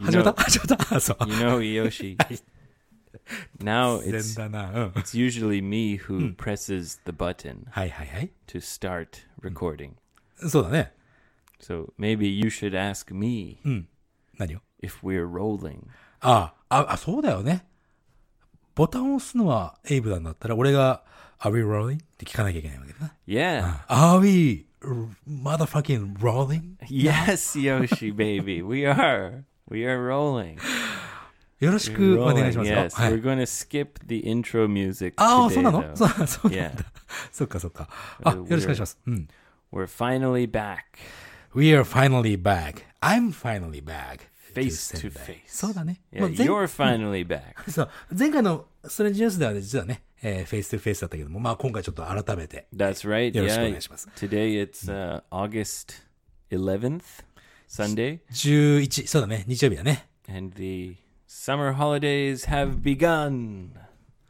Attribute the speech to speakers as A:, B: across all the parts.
A: 始めた
B: No.
A: 始めたあそう
B: You know, Yoshi. now
A: 全
B: it's
A: だなうん
B: it's usually me who presses the button
A: はいはいはい
B: to start recording.
A: そうだね
B: So maybe you should ask me
A: 何を
B: if we're rolling.
A: あああそうだよねボタンを押すのはエイブなんだったら俺が「Are we rolling?」って聞かなきゃいけないわけだな
B: Yeah.
A: 「Are we motherfucking rolling?」
B: Yes, Yoshi baby. We are. We are rolling.
A: よろしくお
B: Rolling,
A: 願いしますよ、
B: yes.
A: は
B: We're
A: い、
B: going to skip the intro music
A: ああ
B: today,
A: そうな
B: though.
A: のそうそうなんだ
B: Yeah.
A: そっかそっかあよ
B: Uh,
A: ろしくお願いしますうん
B: We're finally back.
A: We are finally back. I'm finally back.
B: Face to
A: 仙台
B: face.
A: そうだね。
B: Yeah,
A: 前
B: you're finally back.
A: そう前回のストレンジニュースではね実はね、えーフェイスとフェイスだったけども、まあ今回ちょっと改めて。
B: That's right.
A: Yeah, let's go
B: Yeah.
A: next month.
B: Today it's uh, August 11th, Sunday,
A: 11、そうだね、日曜日だね。
B: and the summer holidays have begun.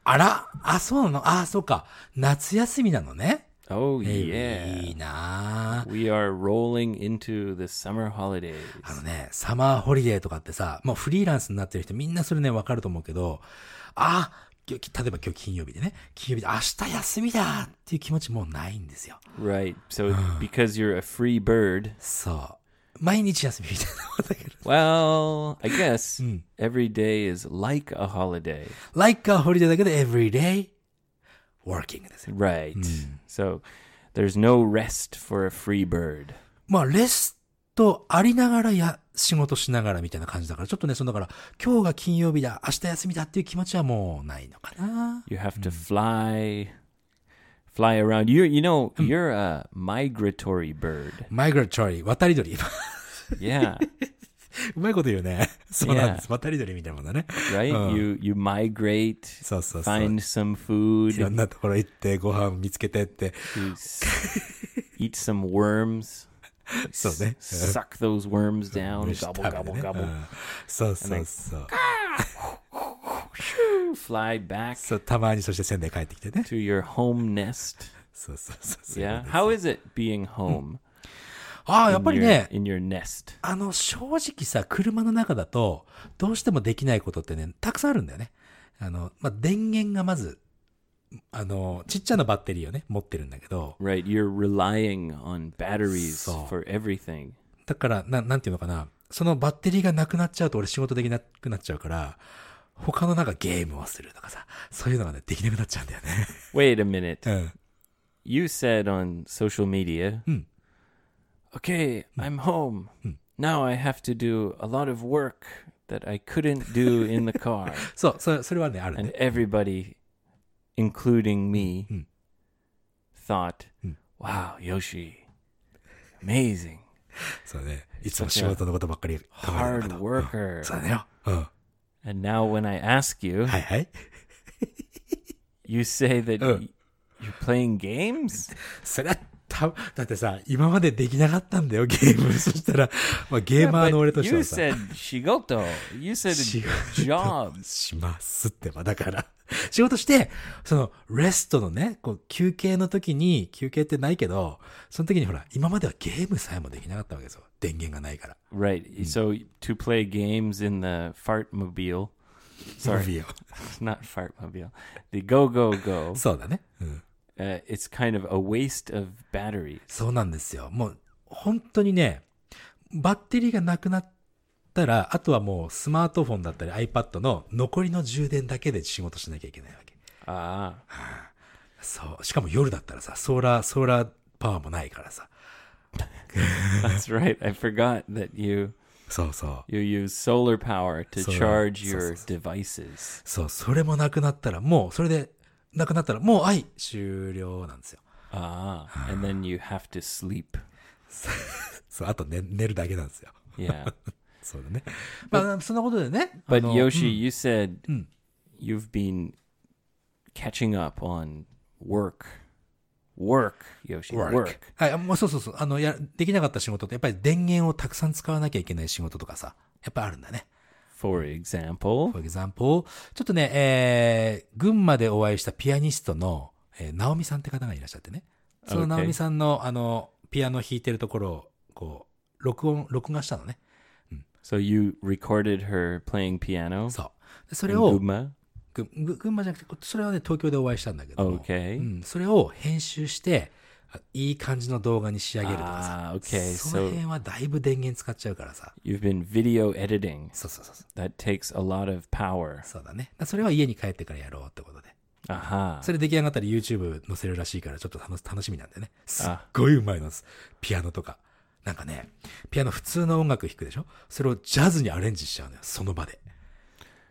A: あらあ、そうなのあ、そうか。夏休みなのね。
B: Oh,
A: い
B: yeah.
A: いなぁ
B: We are rolling into the summer holidays.
A: あのね、サマーホリデーとかってさ、もうフリーランスになってる人みんなそれね、わかると思うけど、あ今日例えば今日金曜日でね、金曜日で明日休みだっていう気持ちもうないんですよ。
B: Right. So, because you're a free bird,
A: そう。毎日休みみたいなもんだけど。
B: well, I guess every day is like a holiday.
A: like a holiday だけど every day working ですよ。
B: Right. So, there's no rest for a free bird.
A: まあ、レストありながらや、仕事しながらみたいな感じだから、ちょっとね、そのだから、今日が金曜日だ、明日休みだっていう気持ちはもうないのかな。
B: You have to fly, fly around. You you know you're a migratory bird.
A: マイグラトリー、渡り鳥。
B: Yeah,
A: うまいこと言うね。 そうなんです。渡り鳥みたいなもんだね。
B: right.
A: Oh.
B: You you migrate,
A: そうそうそう。
B: find some
A: いろ
B: food,
A: んなところ行って、ご飯見つけてって。
B: you s- eat some worms,
A: そうね。
B: suck those worms down,
A: 虫 食
B: gobble
A: べて
B: gobble
A: ね
B: gobble,
A: うんそうそうそう。
B: fly back
A: そう、たまにそして仙台帰ってきてね。
B: to your home nest.
A: そうそうそうそう。
B: Yeah. How is it being home?
A: ああ、やっ
B: in
A: ぱり
B: your-
A: ね、
B: in your nest.
A: あの、正直さ、車の中だと、どうしてもできないことってね、たくさんあるんだよね。あの、まあ、電源がまず、あの、ちっちゃなバッテリーをね、持ってるんだけど、
B: Right. You're relying on batteries
A: So.
B: for everything.
A: だから、ななんていうのかな、そのバッテリーがなくなっちゃうと俺仕事できなくなっちゃうから、他のなんかゲームをするとかさ、そういうのがね、できなくなっちゃうんだよね。
B: Wait a minute.
A: うん。
B: you said on social media, okay, I'm home. Now I have to do a lot of work that I couldn't do in the car.
A: そう、それそれはね、ある
B: and
A: ね。
B: everybody, including me, thought, wow, Yoshi, amazing,
A: そうね。いつも仕事のことばっかり考えてる
B: hard worker.
A: そうだよ。うん。は
B: And now when I ask you,
A: いはい。
B: you say that
A: Uh.
B: y- you're playing games?
A: それはた、だってさ、今までできなかったんだよ、ゲーム。そ したら、まあ、ゲーマー
B: But
A: の俺としては
B: you
A: さ、
B: said shigoto. You said job.
A: しますってば、だから。 仕事して、その、レストのね、こう、休憩の時に、休憩ってないけど、その時にほら、今まではゲームさえもできなかったわけですよ。電源がないから。
B: Right. So to play games in the fart mobile,
A: ムービーを
B: not fart mobile, the go go go,
A: そうだね。うん。
B: uh, it's kind of a waste of batteries.
A: そうなんですよ。もう、本当にね、バッテリーがなくなったら、あとはもう、スマートフォンだったり iPad の残りの充電だけで仕事しなきゃいけないわけ。
B: Ah,
A: そう。しかも夜だったらさ、ソーラー、ソーラーパワーもないからさ。
B: that's right. I forgot that you
A: そうそう。
B: you use solar power to
A: Solar,
B: charge
A: so,
B: your
A: so, so.
B: devices.
A: そう、それもなくなったら、もう、それで、なくなったら、もう、はい、終了なんですよ。
B: Ah, and then you have to sleep.
A: そう、あと寝、寝るだけなんですよ。
B: Yeah.
A: そうだね。まあ、そんなことでね。
B: But
A: あの
B: Yoshi, you said you've been catching up on work. Work, Yoshi.
A: work
B: work.
A: はい、もうそうそうそう。あの、や、できなかった仕事って、やっぱり電源をたくさん使わなきゃいけない仕事とかさ、やっぱあるんだね。
B: For example,
A: For example, ちょっとね、えー、群馬でお会いしたピアニストの、えー、直美さんって方がいらっしゃってね。その
B: Okay.
A: 直美さんの、あの、ピアノ弾いてるところを、こう、録音、録画したのね。うん。
B: So you recorded her playing piano
A: そう。でそ
B: in
A: れを、
B: Guma.
A: ぐぐ群馬じゃなくて、それはね、東京でお会いしたんだけども、
B: Okay.
A: うん、それを編集して、あいい感じの動画に仕上げるとかさ、
B: Ah, okay.
A: その
B: So
A: 辺はだいぶ電源使っちゃうからさ、
B: you've been video editing.
A: そうそうそうそう、
B: That takes a lot of power.
A: そうだね。だからそれは家に帰ってからやろうってことで。
B: Aha.
A: それ出来上がったら YouTube 載せるらしいからちょっと楽楽しみなんだよね。すっ
B: あ
A: ごいうまいのです。ピアノとか。なんかね、ピアノ普通の音楽弾くでしょそれをジャズにアレンジしちゃうのよ、その場で。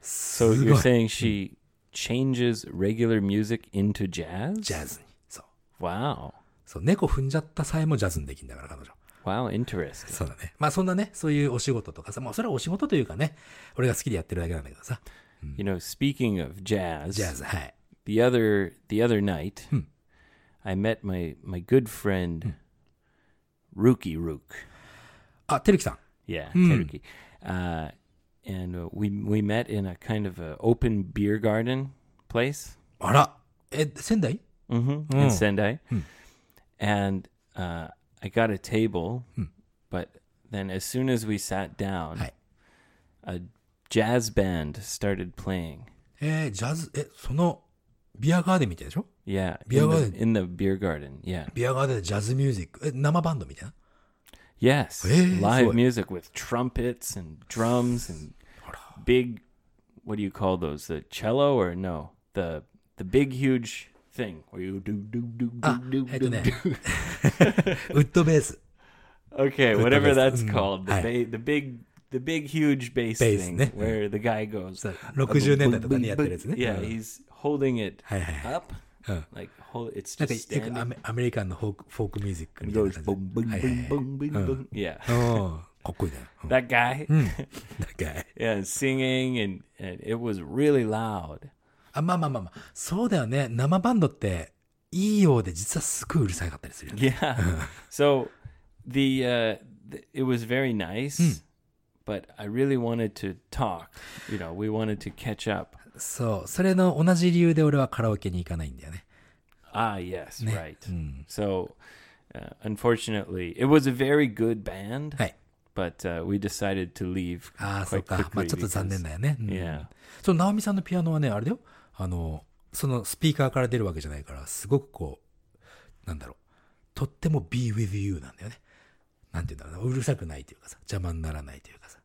A: す
B: So
A: ごい。
B: you're saying she changes regular music into jazz?
A: ジャズに。そう。
B: Wow.
A: そう、猫踏んじゃったさえもジャズにできるんだから、彼女。
B: Wow, interesting.
A: そうだね。まあそんなね、そういうお仕事とかさ、もうそれはお仕事というかね、俺が好きでやってるだけなんだけどさ。
B: You know, speaking of Hmm. jazz, Hmm.
A: ジャズ、はい。
B: the other the other night I met my my good friend Ruki Rook.
A: あ、てるきさん。
B: Yeah,
A: Hmm.
B: Teruki. Uh, and uh, we we met in a kind of a open beer garden place
A: あら。え、仙台
B: hmm
A: Mm-hmm. Oh.
B: in Sendai, and uh, I got a table, but then as soon as we sat down,
A: Hmm. Hi.
B: a jazz band started playing.
A: えージャズ、え、その、ビアガーデンみたいでしょ
B: Yeah,
A: Beer
B: in the,
A: garden.
B: in the beer garden. Yeah,
A: ビアガーデンでジャズミュージック、え、生バンドみたいな
B: yes,
A: Hey,
B: live
A: so-
B: music with trumpets and drums and big. What do you call those? The cello or no? The the big huge thing where you do do do do
A: あ
B: do
A: えっと
B: do
A: ね
B: do.、
A: ウッドベース、
B: Okay, whatever that's
A: Mm,
B: called. The,
A: hi.
B: ba- the big, the big, huge bass,
A: Bass,
B: thing
A: ne?
B: where the guy goes.
A: そう60年代とかにやってるやつね。
B: Yeah,
A: うん
B: he's holding it
A: はいはいはい。
B: up,
A: うん
B: like hold. It's
A: なんか
B: just
A: よくア
B: standing.
A: メアメリカンのフォークフォークミュージック
B: He
A: みたいな
B: goes
A: 感じで。
B: boom, boom,
A: はいはい
B: boom,
A: はい
B: boom, boom, boom. Yeah,
A: うんかっこいいね。うん
B: that guy.
A: Hmm. だっけ
B: Yeah, and singing and, and it was really loud.
A: あまあまあまあまあ、そうだよね。生バンドって、いいようで実はすごいうるさかったりするよね。
B: Yeah. so the uh, th- it was very nice, but I really wanted to talk. You know, we wanted to catch up.
A: そう。それの同じ理由で俺はカラオケに行かないんだよね。
B: Ah, yes, right.
A: うん。
B: So, uh, unfortunately, it was a very good band,
A: はい。
B: but uh, we decided to leave
A: ああ、そっ
B: quite
A: か。ま
B: quickly.
A: あちょっと残念
B: because-
A: だよね。うん
B: Yeah.
A: その直美さんのピアノはね、あれだよ。あの、そのスピーカーから出るわけじゃないから、すごくこう、なんだろう。とっても be with you なんだよね。なんて言うんだろうな。うるさくないというかさ、邪魔にならないというかさ、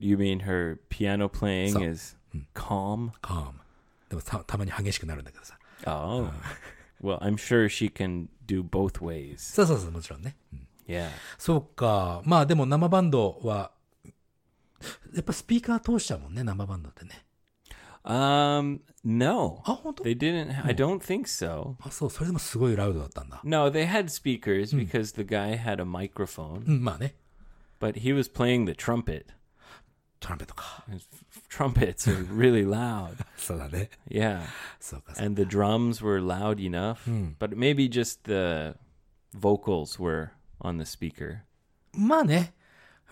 B: You mean her piano playing
A: So-
B: is calm?
A: calm。でもたたまに激しくなるんだけどさ。
B: Oh. well, I'm sure she can do both ways.
A: そうそうそう、もちろんね。うん、
B: Yeah.
A: そうか。まあでも生バンドは、やっぱスピーカー通しちゃうもんね、生バンドってね。
B: Um, no.
A: あ、本当
B: They didn't I don't think so.
A: あ、そう、それでもすごいラウドだったんだ。
B: No, they had speakers because the guy had a
A: う
B: microphone,
A: ん、まあね。
B: but he was playing the trumpet.
A: トランペットか。
B: His f- trumpets are really loud.
A: そうだね。
B: Yeah.
A: そうか、そうか
B: and the drums were loud enough, but maybe just the vocals were on the speaker.
A: まあね。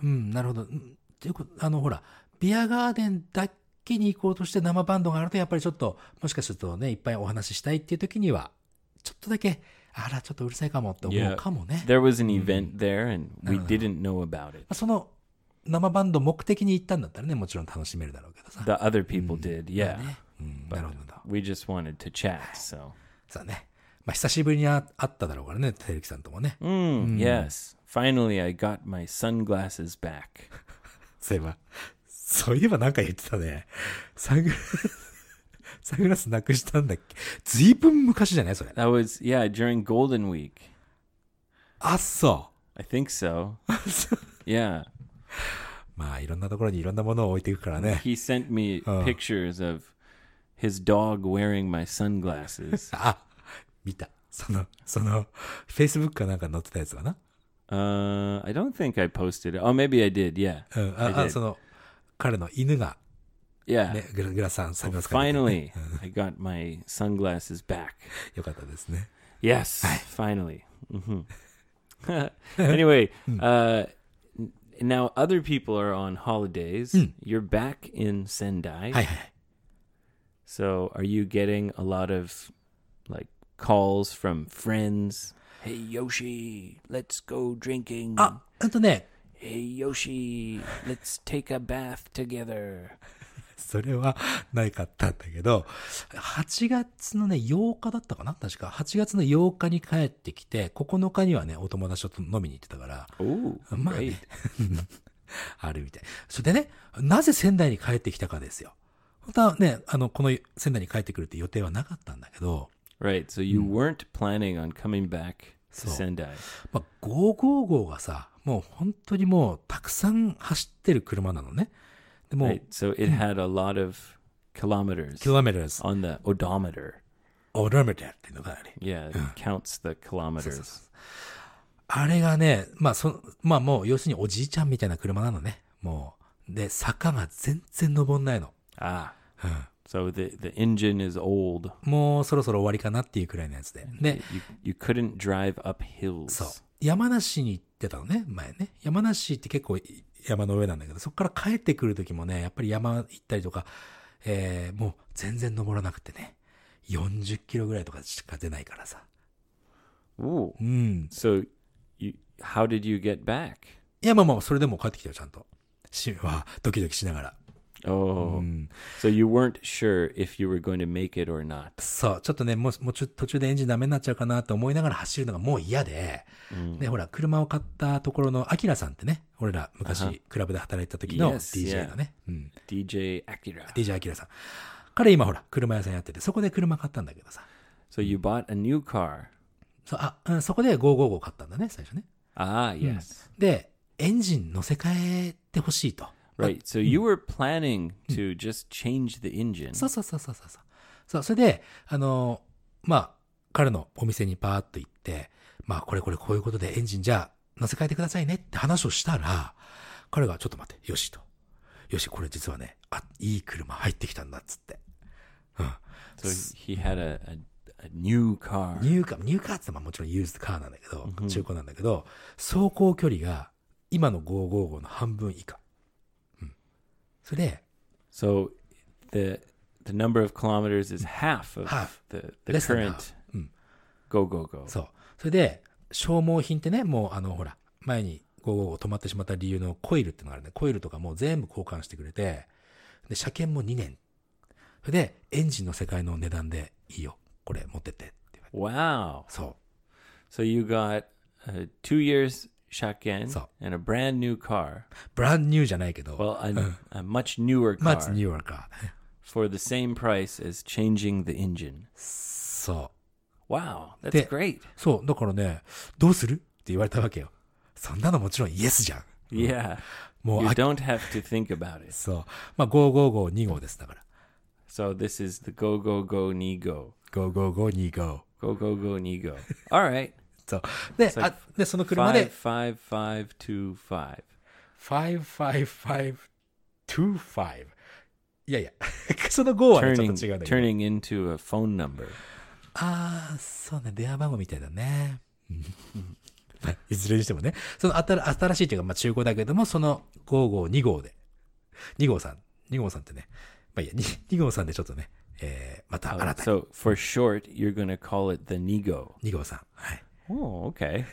A: うん、なるほど。うんていうことあの、ほら、ビアガーデンだけに行こうとして生バンドがあると、やっぱりちょっと、もしかするとね、いっぱいお話ししたいっていう時には、ちょっとだけ、あら、ちょっとうるさいかもって思うかもね。
B: There was an event there, and we didn't know about it.
A: まあその、生バンド目的に行ったんだったらね、もちろん楽しめるだろうけどさ。
B: The other people did, yeah.
A: うん、なるほどだ。
B: We just wanted to chat, so
A: さあね。まあ、久しぶりにあ会っただろうからね、てるきさんともね。
B: Mm, yes. Finally, I got my sunglasses back.
A: そういえば、そういえばなんか言ってたね。サングラス、サングラスなくしたんだっけずいぶん昔じゃないそれ。
B: That was yeah during Golden Week,
A: あっそ
B: I think so.
A: う。そう
B: Yeah,
A: まあ、いろんなところにいろんなものを置いていくからね。
B: he sent me
A: Oh.
B: pictures of his dog wearing my sunglasses.
A: あ、見た。その、その、Facebook かなんかに載ってたやつかな。
B: Uh, I don't think I posted it. Oh, maybe I did. Yeah,
A: うん。
B: I
A: あ、あ
B: did.
A: その、彼の犬が、
B: yeah.
A: ね、グラグラさん、サングラスかけて
B: Finally, I got my sunglasses back.
A: よかったですね。
B: Yes, finally. hmm anyway, uh, n- now other people are on holidays. You're back in Sendai,
A: はいはいはい。
B: so are you getting a lot of like calls
A: Uh.
B: from friends? Hey Yoshi, let's go drinking.
A: あ、うんとね、
B: Hey, Yoshi, let's take a bath together.
A: それはないかったんだけど、8月のね、8日だったかな確か。8月の8日に帰ってきて、9日にはね、お友達と飲みに行ってたから、
B: Oh,
A: まあ、
B: great.
A: ね、 あるみたい。それでね、なぜ仙台に帰ってきたかですよ。本当はね、あの、この仙台に帰ってくるって予定はなかったんだけど、
B: Right, so you weren't planning on coming back to
A: So-
B: Sendai.
A: まあ、555がさ、もう本当にもうたくさん走ってる車なのね。でもう、
B: Right, so it had a lot of kilometers
A: キロメートル、
B: on the odometer.
A: オーラメーターっていうのがあり
B: Yeah, it counts the kilometers.
A: あれがね、まあそ、まあもう、要するにおじいちゃんみたいな車なのね。もう。で、坂が全然登んないの。
B: Ah, so the, the engine is old.
A: もうそろそろ終わりかなっていうくらいのやつで。で、
B: You, you couldn't drive up
A: そう
B: hills.。
A: 山梨に行ってたのね、前ね。山梨って結構い山の上なんだけど、そこから帰ってくる時もね、やっぱり山行ったりとか、えーもう全然登らなくてね。40キロぐらいとかしか出ないからさ。
B: Ooh.
A: うん。
B: So you, how did you get back?
A: いや、まあまあ、それでも帰ってきたよ、ちゃんと。し、わあ、ドキドキしながら。
B: Oh, so you weren't sure if you were going to make it or not.
A: そう、ちょっとね、もう、もうちょ途中でエンジンダメになっちゃうかなと思いながら走るのがもう嫌で、で、ほら、車を買ったところのアキラさんってね、俺ら昔、クラブで働いた時の
B: Yes,
A: DJ のね、うん、
B: DJ Akira.
A: DJ アキラさん。彼今ほら、車屋さんやってて、そこで車買ったんだけどさ。
B: So you bought a new car.
A: そうあ、うんそこで555買ったんだね、最初ね。
B: Ah,
A: Hmm.
B: yes.
A: で、エンジン乗せ替えてほしいと。
B: Right.
A: hmm.
B: So you were planning to just change the engine.
A: そうそうそうそうそうそう。そう、それで、あのーまあ、彼のお店にパーッと行って、まあ、これこれこういうことでエンジンじゃあ乗せ替えてくださいねって話をしたら、彼がちょっと待って、よしと。よし、これ実はね、あ、いい車入ってきたんだっつって。
B: So he had a, a, a new car.
A: ニューカー、ニューカーってのはもちろんユーズカーなんだけど、中古なんだけど、走行距離が今の555の半分以下。うん。それで、
B: So the the number of kilometers is half of
A: Half.
B: the, the
A: Less than Hmm.
B: current go go go.
A: そう。それで、消耗品ってね、もうあの、ほら、前に555止まってしまった理由のコイルってのがあるね。コイルとかもう全部交換してくれて、で、車検も2年。それで、エンジンの世界の値段でいいよ。これ持ってってって言われて。
B: Wow.
A: そ
B: So you got uh, two years shotgun
A: So-
B: and a brand new car.
A: う。ブランニューじゃないけど、
B: Well, a, a Uh. much newer
A: ま
B: car
A: あ、ニューアーカー。
B: for the same price as changing the engine.
A: そう。
B: Wow, that's
A: The-
B: great.
A: そう。だからね、どうするって言われたわけよ。そんなのもちろんイエスじゃん。
B: Yeah.
A: もう、
B: You
A: あ
B: don't have to think about it.
A: そう。まあ、5552号です。だから。
B: So this is the go go go ni go.
A: 5552号。
B: Go go go ni go. All right.
A: そう。で、
B: like
A: あ、で、その車で
B: Five、five five two five.
A: 55525いやいや その5はねちょ
B: Turning
A: っと違うんだけど
B: turning into a phone number.
A: ああそうね電話番号みたいだねまあいずれにしてもねその新新しいというか、まあ、中古だけどもその552号で2号さん2号さんってねまあいいや 2, 号さんでちょっとね、えー、また
B: Oh,
A: 新たに
B: so for short, you're gonna call it the Nigo.
A: 2号さんはい。
B: Oh, okay.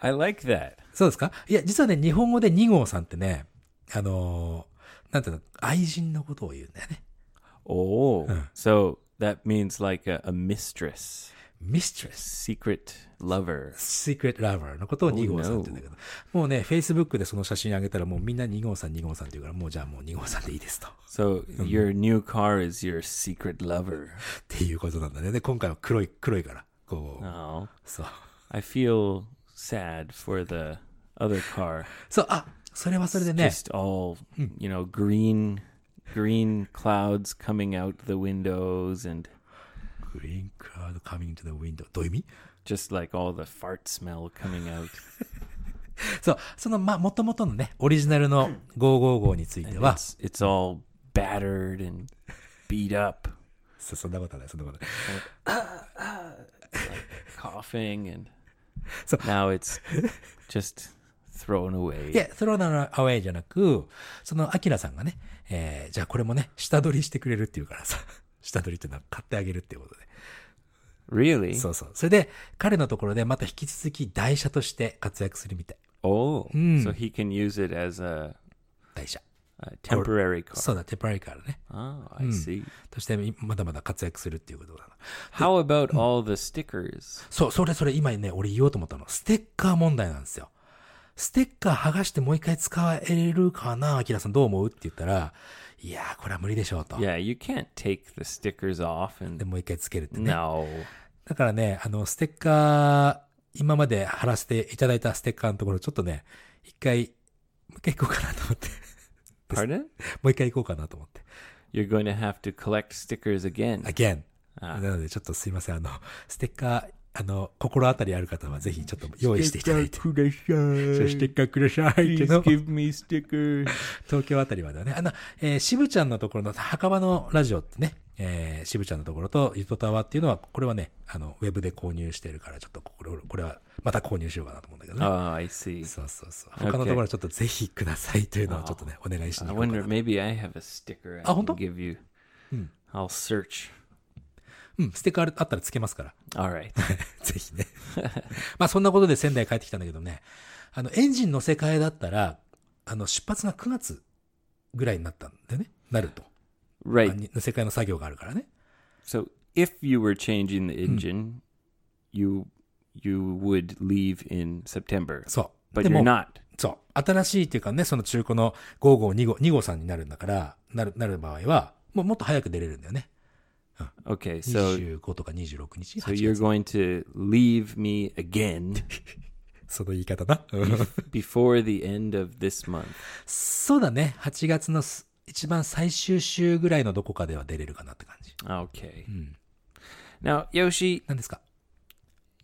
B: I like that.
A: そうですかいや、実はね、日本語で2号さんってね、あのーなんていうの、愛人のことを言うんだよね。
B: Oh, so that means like a, a mistress,
A: mistress。
B: secret lover.
A: Secret Lover のことを2号さんって言うんだけど、もうね、Facebook でその写真あげたらもうみんな2号さん2号さんって言うから、もうじゃあもう2号さんでいいですと。っ
B: So your new car is your secret lover.
A: ていうことなんだね。で、今回は黒い、黒いから、こう、
B: Oh,
A: そう。
B: I feel sad for the other car.
A: そう、あ、それはそれでね、
B: Just all you know, green, green clouds coming out the windows, and
A: Green Cloud Coming to the Window どういう意味
B: just like all the fart smell coming out.
A: そう、その、ま、もともとのね、オリジナルの555については、
B: It's it's all battered and beat up,
A: そそんなことはない、そんなことはない。
B: coughing, and
A: So-
B: now it's just thrown away.
A: で、スローなアウェイじゃなく、その、アキラさんがね、えー、じゃあこれもね、下取りしてくれるっていうからさ、 下取りっていうのは買ってあげるっていうことで。
B: Really?
A: そうそう。それで、彼のところでまた引き続き台車として活躍するみたい。
B: Oh,
A: Hmm.
B: so he can use it as a,
A: 台車。
B: a temporary car.
A: そうだ、テパリカーね。
B: Oh,
A: Hmm.
B: I see.
A: そして、まだまだ活躍するっていうことだな。
B: How about
A: Hmm.
B: all the stickers?
A: そう、それそれ今ね、俺言おうと思ったの。ステッカー問題なんですよ。ステッカー剥がしてもう一回使えるかなアキラさんどう思うって言ったら、いやー、これは無理でしょうと。
B: Yeah, you can't take the stickers off
A: で、
B: and
A: もう一回つけるってね。
B: no.
A: だからね、あの、ステッカー、今まで貼らせていただいたステッカーのところ、ちょっとね、一回、もう一回行こうかなと思って。
B: Pardon?
A: もう一回行こうかなと思って。
B: You're going to have to collect stickers again.
A: again.
B: あ
A: なので、ちょっとすいません。あの、ステッカー、あの、心当たりある方は、ぜひちょっと用意していただいて。そうステッカーくださ いっていうの
B: Please
A: を
B: give me stickers.
A: 東京あたりまではね、あの、えー、渋ちゃんのところの墓場のラジオってね、えー、渋ちゃんのところとゆとたわっていうのは、これはね、あの、ウェブで購入してるから、ちょっとこれ、これはまた購入しようかなと思うんだ けど
B: Oh,
A: ね。
B: I see.
A: そうそうそう。他のところはちょっとぜひくださいというのをちょっとね、お願いしに
B: I
A: 行こうか
B: wonder,
A: な。
B: maybe I have a sticker I
A: Ah,
B: can
A: hondo?
B: give you.
A: Hmm.
B: I'll search.
A: うん、ステッカーあったらつけますから。
B: All right.
A: ぜひね。 まあそんなことで仙台帰ってきたんだけどね、あの、エンジン乗せ替えだったら、あの、出発が9月ぐらいになったんでね、なると。あ
B: Right.
A: に乗せ替えの作業があるからね。
B: So if you were changing the engine, you you would leave in September.
A: そう。
B: But
A: で
B: you're
A: も
B: not.
A: そう。新しいっていうかね、その中古の5号、2号、2号さんになるんだから、なる、なる場合は、もうもっと早く出れるんだよね。
B: Okay, so
A: 25とか26日。
B: so you're
A: 8月
B: going to leave me again
A: その言い方な。
B: before the end of this month.
A: そうだね。8月のす一番最終週ぐらいのどこかでは出れるかなって感じ。
B: Okay. Hmm. Now, Yoshi,
A: 何ですか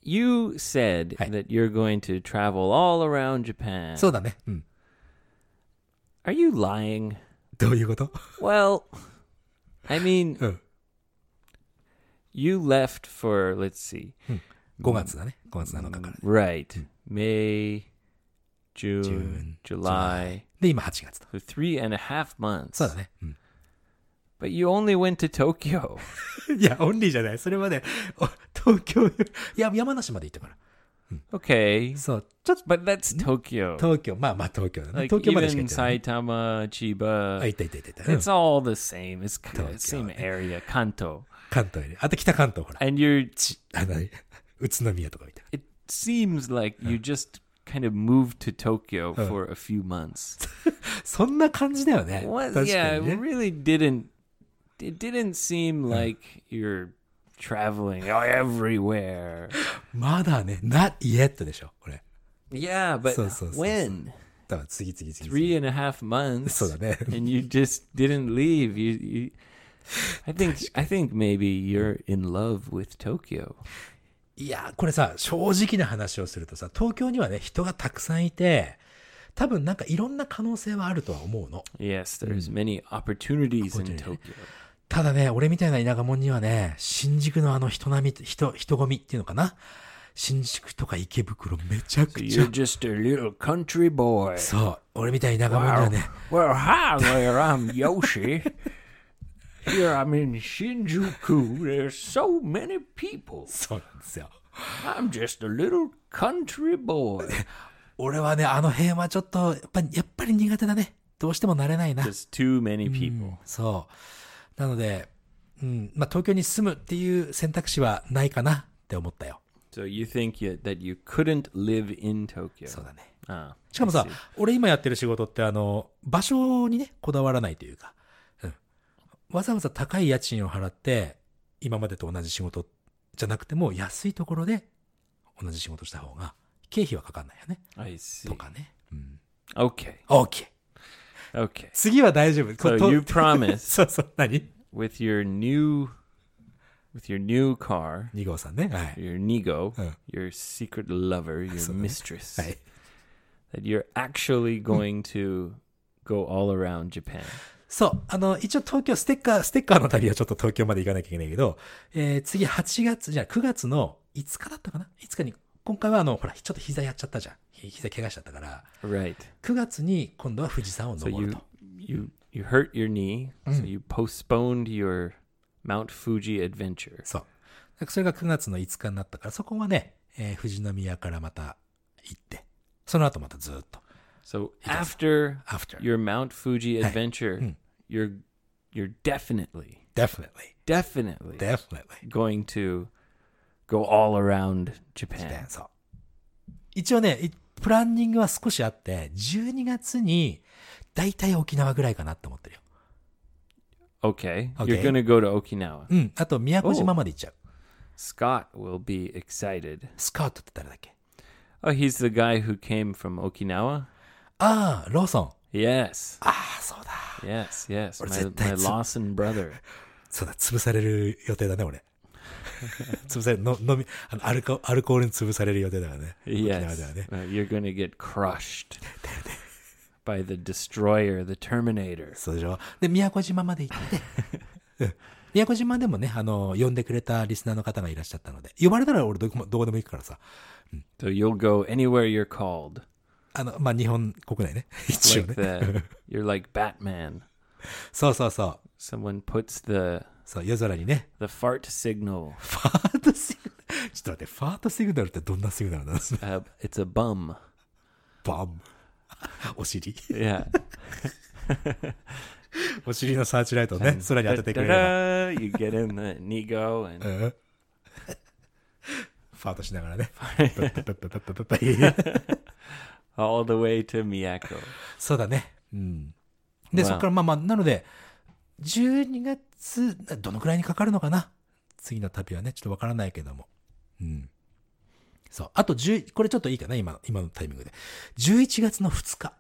B: you said
A: Hi.
B: that you're going to travel all around Japan.
A: そうだね。うん。
B: Are you lying?
A: どういうこと
B: Well, I mean,
A: うん。
B: you left for let's see.
A: 5月だね。5月7日から。
B: Right. May, June,
A: Hmm. June,
B: July.
A: で、今8月と。
B: So three and a half months.
A: そうだね。うん。
B: But you only went to Tokyo.
A: いや、オンリーじゃない。それまで、お東京、いや、山梨まで行ったか
B: okay.
A: ら。そう。ちょっと、
B: But that's Tokyo.
A: 東京、まあまあ東京だね。
B: Like
A: 東京までしか
B: even
A: 行ってない。
B: Saitama,
A: あ、
B: Chiba.
A: 行った行った行った行った。うん
B: It's all the same. It's kind
A: Tokyo,
B: of the same
A: eh?
B: area, Kanto.
A: 関東より。あと北関東、ほら。
B: And you're
A: あの、宇都宮とかみたい
B: it seems like you just kind of moved to Tokyo for a few months.
A: な。そんな感じだよね。
B: What?
A: 確かに
B: yeah, it
A: ね。
B: really didn't. It didn't seem like you're traveling oh, everywhere.
A: まだね、not yet でしょ、これ。
B: Yeah, but
A: So, so, so, so.
B: when
A: だから次々次々。
B: three and a half months,
A: そうだね。
B: and you just didn't leave. You, you I think, I think maybe you're in love with Tokyo.
A: いやー、これさ、正直な話をするとさ、東京にはね、人がたくさんいて、多分なんかいろんな可能性はあるとは思うの。
B: Yes, there's many opportunities in
A: Hmm. Opportunity.
B: Tokyo.
A: ただね、俺みたいな田舎者にはね、新宿のあの人並み、人、人混みっていうのかな新宿とか池袋めちゃ
B: So
A: くちゃ
B: you're。just a little country boy.
A: そう、俺みたいな田舎者には
B: Well,
A: ね、
B: well, hi there, I'm Yoshi. Here I'm in Shinjuku. There's so many people.
A: そうなんですよ。
B: I'm just a little country boy.
A: 俺はね、あの辺はちょっと、やっぱり、やっぱり苦手だね。どうしても慣れないな。
B: Just too many people.
A: そう。なので、うん、まあ、東京に住むっていう選択肢はないかなって思ったよ。
B: So you think you, that you couldn't live in Tokyo?
A: そうだね。
B: Ah,
A: しかも
B: I
A: さ
B: see.、
A: 俺今やってる仕事って、あの、場所にね、こだわらないというか、うん。わざわざ高い家賃を払って、今までと同じ仕事じゃなくても、安いところで同じ仕事した方が、経費はかかんないよね。
B: I see.
A: とかね。うん。
B: Okay.
A: OK!
B: Okay.
A: 次は大丈夫。こ
B: So
A: と
B: you promise
A: そうそう、何
B: with your new, with your new car,
A: 二号さんね。はい。
B: your Nigo,
A: Uh.
B: your secret lover, your mistress.
A: はい。
B: that you're actually going to go all around Japan.
A: そう。あの、一応東京、ステッカー、ステッカーの旅はちょっと東京まで行かなきゃいけないけど、えー、次8月、じゃあ9月の5日だったかな ?5 日に、今回はあの、ほら、ちょっと膝やっちゃったじゃん。ひ膝怪我しちゃったから、
B: Right.
A: 9月に今度は富士山を
B: So
A: 登る
B: you
A: と。
B: you you hurt your knee,
A: Mm.
B: so you postponed your Mount Fuji adventure.
A: そう。それが9月の5日になったから、そこはね、えー富士宮からまた行って、その後またずっと。
B: So after
A: After.
B: your Mount Fuji adventure,
A: Mm.
B: you're you're definitely
A: Definitely.
B: definitely
A: Definitely.
B: going to go all around Japan.
A: でそう。一応ね、いプランニングは少しあって、12月に、だいたい沖縄ぐらいかなって思ってるよ。
B: Okay.
A: Okay.
B: You're going to go to Okinawa.
A: うん。あと、宮古島まで行っちゃう。
B: Scott will be excited.
A: スカートって誰だっけ
B: Oh, he's the guy who came from Okinawa?
A: ああ、ローソン。
B: Yes.
A: ああ、そうだ。
B: Yes, yes.
A: Ah. What is
B: My, my
A: it? That's-
B: Lawson brother.
A: そうだ、潰される予定だね、俺。 潰される、の飲み、あのアルコ、アルコールに潰される予定だからね。沖縄
B: Yes.
A: ではね。
B: Uh, you're going to get crushed by the destroyer, the terminator.
A: そうでしょ。で、宮古島まで行って。 うん宮古島でもね、あの、呼んでくれたリスナーの方がいらっしゃったので、呼ばれたら俺どこもどこでも行くからさ。
B: So you'll go anywhere you're called.
A: あの、まあ、日本国内ね。一応
B: Like
A: ね。
B: the, you're like Batman.
A: そうそうそう。
B: Someone puts the
A: そう、夜空にね。
B: the fart signal.
A: ファートシグナル。ちょっと待って、ファートシグナルってどんなシグナルなんですか
B: Uh, it's a bum.
A: バン。お尻。
B: Yeah.
A: お尻のサーチライトをね、空に当ててくれれば。
B: Da-da-da, you get in the nego and
A: うんファートしながらね。ペッペッペッペッペッペッペッペッ
B: all the way to Miyako.
A: そうだね。うん。で、
B: Wow.
A: そこからまあまあ、なので、12月、どのくらいにかかるのかな次の旅はね、ちょっとわからないけども。うん。そう。あと10、これちょっといいかな今の、今のタイミングで。11月の2日。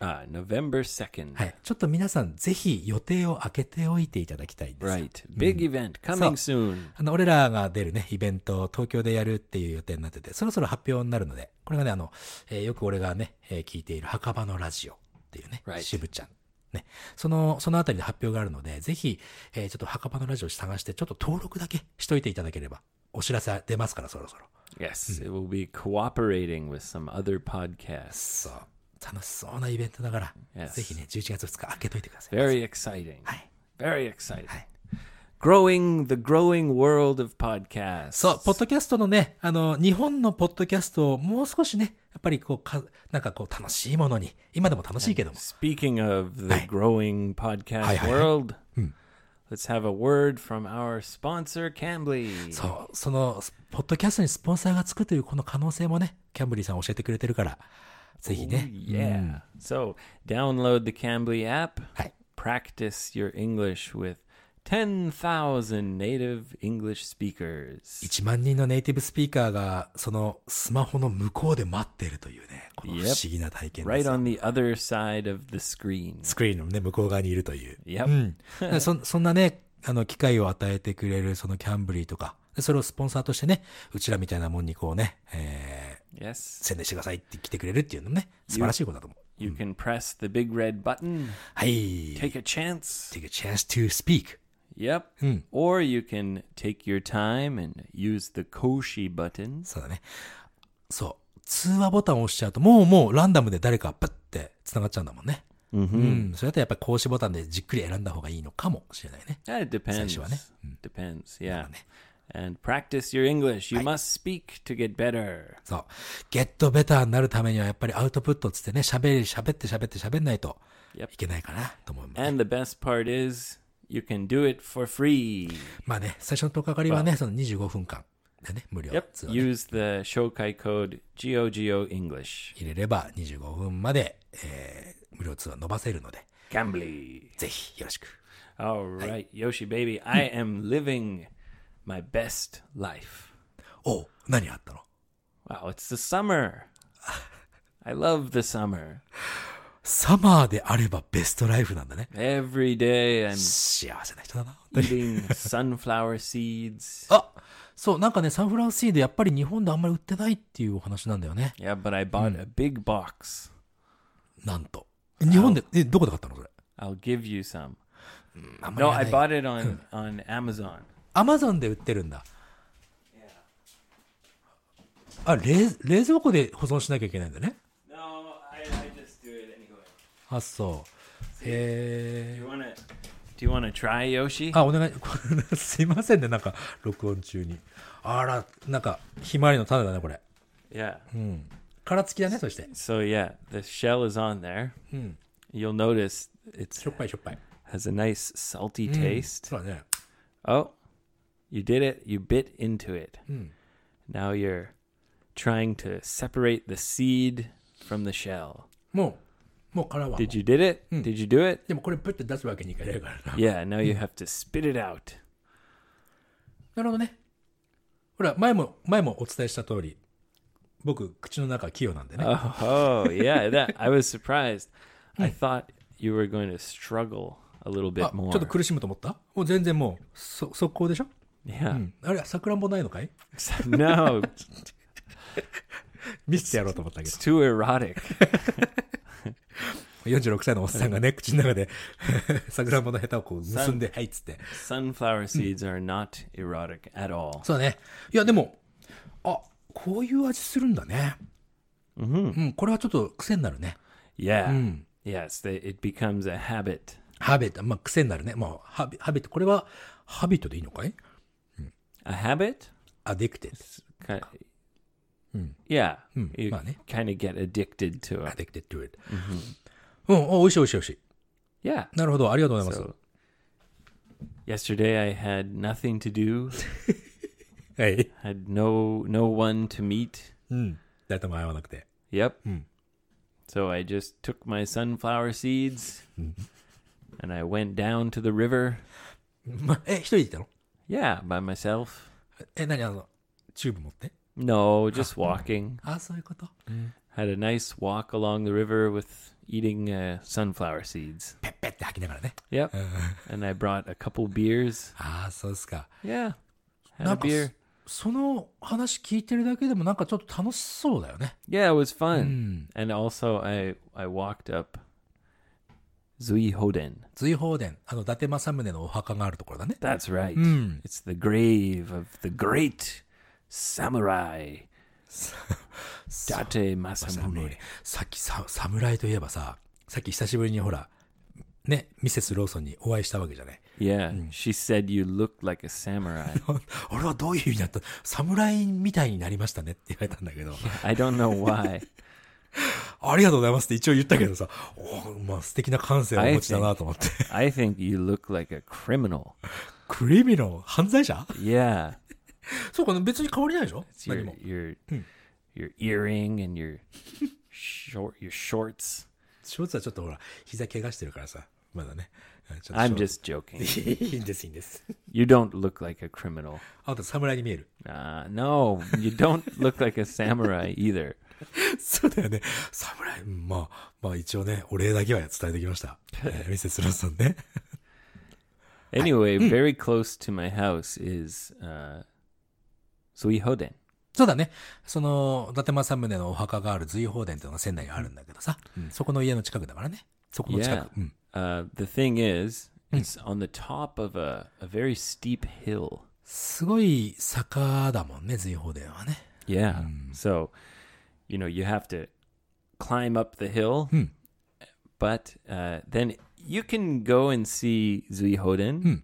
B: Uh, November 2nd.
A: はい。ちょっと皆さん、ぜひ予定を空けておいていただきたいんですよ。
B: Right. Big event coming soon.
A: あの、俺らが出るね、イベントを東京でやるっていう予定になってて、そろそろ発表になるので、これがね、あの、えーよく俺がね、えー聞いている墓場のラジオっていうね、
B: Right.
A: 渋ちゃん。ね、その、そのあたりで発表があるので、ぜひ、えーちょっと墓場のラジオ探して、ちょっと登録だけしといていただければ、お知らせ出ますから、そろそろ。
B: Yes. It will be cooperating with some other podcasts.
A: そう。楽しそうなイベントだから、
B: Yes.
A: ぜひね、11月2日開けといてください。
B: Very exciting.
A: Hi.
B: Very exciting. Growing the growing world of podcasts.
A: そう、ポッドキャストのね、あの、日本のポッドキャストをもう少しね、やっぱりこう、か、なんかこう、楽しいものに、今でも楽しいけども、
B: Speaking of the
A: Hi.
B: growing podcast
A: Hi, Hmm. hi, hi.
B: world, let's have a word from our sponsor, Cambly.
A: そう、その、スポッドキャストにスポンサーがつくというこの可能性もね、キャンブリーさん教えてくれてるから、ぜひ
B: Ooh,
A: ね。
B: yeah.
A: Hmm.
B: So download the Cambly app.
A: はい。
B: Practice your English with 10,000 native English speakers.
A: 1万人のネイティブスピーカーが、そのスマホの向こうで待ってるというね、この不思
B: Yep.
A: 議な体験で
B: Right
A: す。
B: on the other side of the screen.
A: スクリーンのね、向こう側にいるという。
B: Yep.
A: うんそそんなね、あの、機会を与えてくれる、そのキャンブリーとか、でそれをスポンサーとしてね、うちらみたいなもんにこうね、えー
B: Yes.
A: 宣伝してくださいって来てくれるっていうのもね、素晴らしいことだと思う。
B: You can press the big red button.
A: はい。
B: Take a chance.
A: Take a chance to speak.
B: Yep. Or you can take your time and use the Koshi button.
A: そうだね。そう。通話ボタンを押しちゃうと、もうもうランダムで誰かパッて繋がっちゃうんだもんね。うん。それだとやっぱり講師ボタンでじっくり選んだ方がいいのかもしれないね。
B: Yeah, Eh, it depends.
A: 最初はね。
B: Depends. Yeah. And practice your English. You must speak to get better.
A: そう。ゲットベターになるためにはやっぱりアウトプットっつってね、喋り、喋って喋って喋んないと
B: Yep.
A: いけないかなと思う。
B: And the best part is you can do it for free.
A: まあね、最初の10日かりはね、その25分間でね、無料
B: Yep.
A: 通話ね
B: Use the Shokai code GOGO English.
A: 入れれば25分まで、えー、無料通話伸ばせるので、
B: Gambly.
A: ぜひよろしく。
B: All right, Yoshi baby, I am living my best life.
A: おう、何があったの
B: Wow, it's the summer. I love the summer.
A: サマーであればベストライフなんだね。
B: Every day I'm
A: 幸せな人だな、本当に
B: eating sunflower seeds.
A: あそう、なんかね、サンフランシスコでやっぱり日本であんまり売ってないっていうお話なんだよね。
B: Yeah, but I bought a big box.
A: なんと。日本で、え、どこで買ったのそれ。
B: I'll give you some.
A: あんま
B: No,
A: り
B: I
A: ない。
B: bought it on on Amazon.
A: アマゾンで売ってるんだ。あ、冷、冷蔵庫で保存しなきゃいけないんだね。
B: No, I, I just do it anyway.
A: あ、そう。へ
B: Do
A: え
B: you。wanna do you wanna try Yoshi?
A: あ、お願い。これすい ませんね、なんか、録音中に。あら、なんか、ひまわりの種だね、これ。
B: Yeah.
A: 殻付きだね、そして。
B: So yeah, the shell is on there. You'll notice it's
A: しょっぱいしょっぱい。
B: has a nice salty taste.
A: そうだね。
B: Oh, you did it. You bit into it. Now you're trying to separate the seed from the shell.
A: もう、もう殻は。
B: Did you did it? Did you do it?
A: でもこれプッて出すわけにいかないからな。
B: Yeah, now you have to spit it out.
A: なるほどね。ほら、前も、前もお伝えした通り、僕、口の中は器用なんでね。
B: Oh, oh yeah, that I was surprised. I thought you were going to struggle a little bit
A: あち
B: more.
A: ょっと苦しむと思ったもう全然もう、そ、速攻でしょ
B: Yeah.
A: うん。あれ、さくらんぼないのかい
B: no,
A: 見せてやろうと思ったけど
B: it's。too erotic.
A: 46歳のおっさんがね、口の中で、 さくらんぼのヘタをこう結んで、はいっつって。
B: Sunflower seeds are not erotic at all.
A: そうだね。いや、でも、あ、こういう味するんだね。うん、これはちょっと癖になるね。
B: Yeah.
A: Hmm.
B: Yes, they, it becomes a habit.
A: ハビット、まあ、癖になるね。まあ、ハビハビット、これは、ハビットでいいのかい
B: A habit?
A: アディクテッド。
B: It's ki- Yeah.
A: Hmm.
B: You
A: money.
B: kind of get addicted to
A: ア
B: it.
A: ディクテッド it。うん、お美味しい美味しい美味し
B: Yeah.
A: い。なるほど、ありがとうございます。
B: So yesterday I had nothing to do,
A: はい。
B: had no no one to meet.
A: うん。誰とも会わなくて。
B: Yep. So I just took my sunflower seeds and I went down to the river.
A: ま、え、一人で行ったの
B: Yeah, by myself.
A: え、何あの、チューブ持って。
B: No, just walking.
A: あ、そういうこと。
B: had a nice walk along the river with eating uh, sunflower seeds.
A: ペッペッって吐きながらね。
B: Yep. and I brought a couple beers.
A: ああ、そうですか。
B: Yeah. Had
A: な
B: a
A: んかそ
B: beer.
A: その話聞いてるだけでもなんかちょっと楽しそうだよね。
B: Yeah, it was fun. And also I I walked up Zui Hoden.
A: 随宝殿、あの、伊達政宗のお墓があるところだね。
B: That's right. It's the grave of the great samurai. Date
A: 侍
B: Masamune.
A: さっきさ、侍といえばさ、さっき久しぶりにほら、ね、ミセスローソンにお会いしたわけじゃない。
B: Yeah, she said you look like a samurai.
A: 俺はどういう意味だった侍みたいになりましたねって言われたんだけど、
B: I don't know why.
A: ありがとうございますって一応言ったけどさ、おまあ素敵な感性をお持ちだなと思って。
B: I think you look like a criminal.
A: クリミナル犯罪者
B: Yeah.
A: そうか、別に変わりないでしょ
B: It's
A: 何
B: your
A: も。
B: your your earring and your short your shorts.
A: ショーツはちょっとほら、膝怪我してるからさ、まだね。うんちょっと
B: I'm
A: ショ
B: just joking.
A: ーツいいんです、いいんです。
B: You don't look like a criminal.
A: あと侍に見える。
B: Uh, no, you don't look like a samurai either.
A: そうだよね。侍、うんまあ、まあ一応ね、お礼だけは伝えてきました。 えーミセスローソンね。
B: Anyway, very close to my house is uh, Suihoden.
A: そうだね。その、伊達政宗のお墓がある随宝殿っていうのが仙台にあるんだけどさ、そこの家の近くだからね。そこの近
B: Yeah.
A: く。うん、
B: Uh, the thing is, it's on the top of a, a very steep hill.
A: すごい坂だもんね、随宝殿はね。
B: Yeah.
A: Hmm.
B: So, you know, you have to climb up the hill,
A: Hmm.
B: but uh, then you can go and see Zuihoden,
A: Hmm.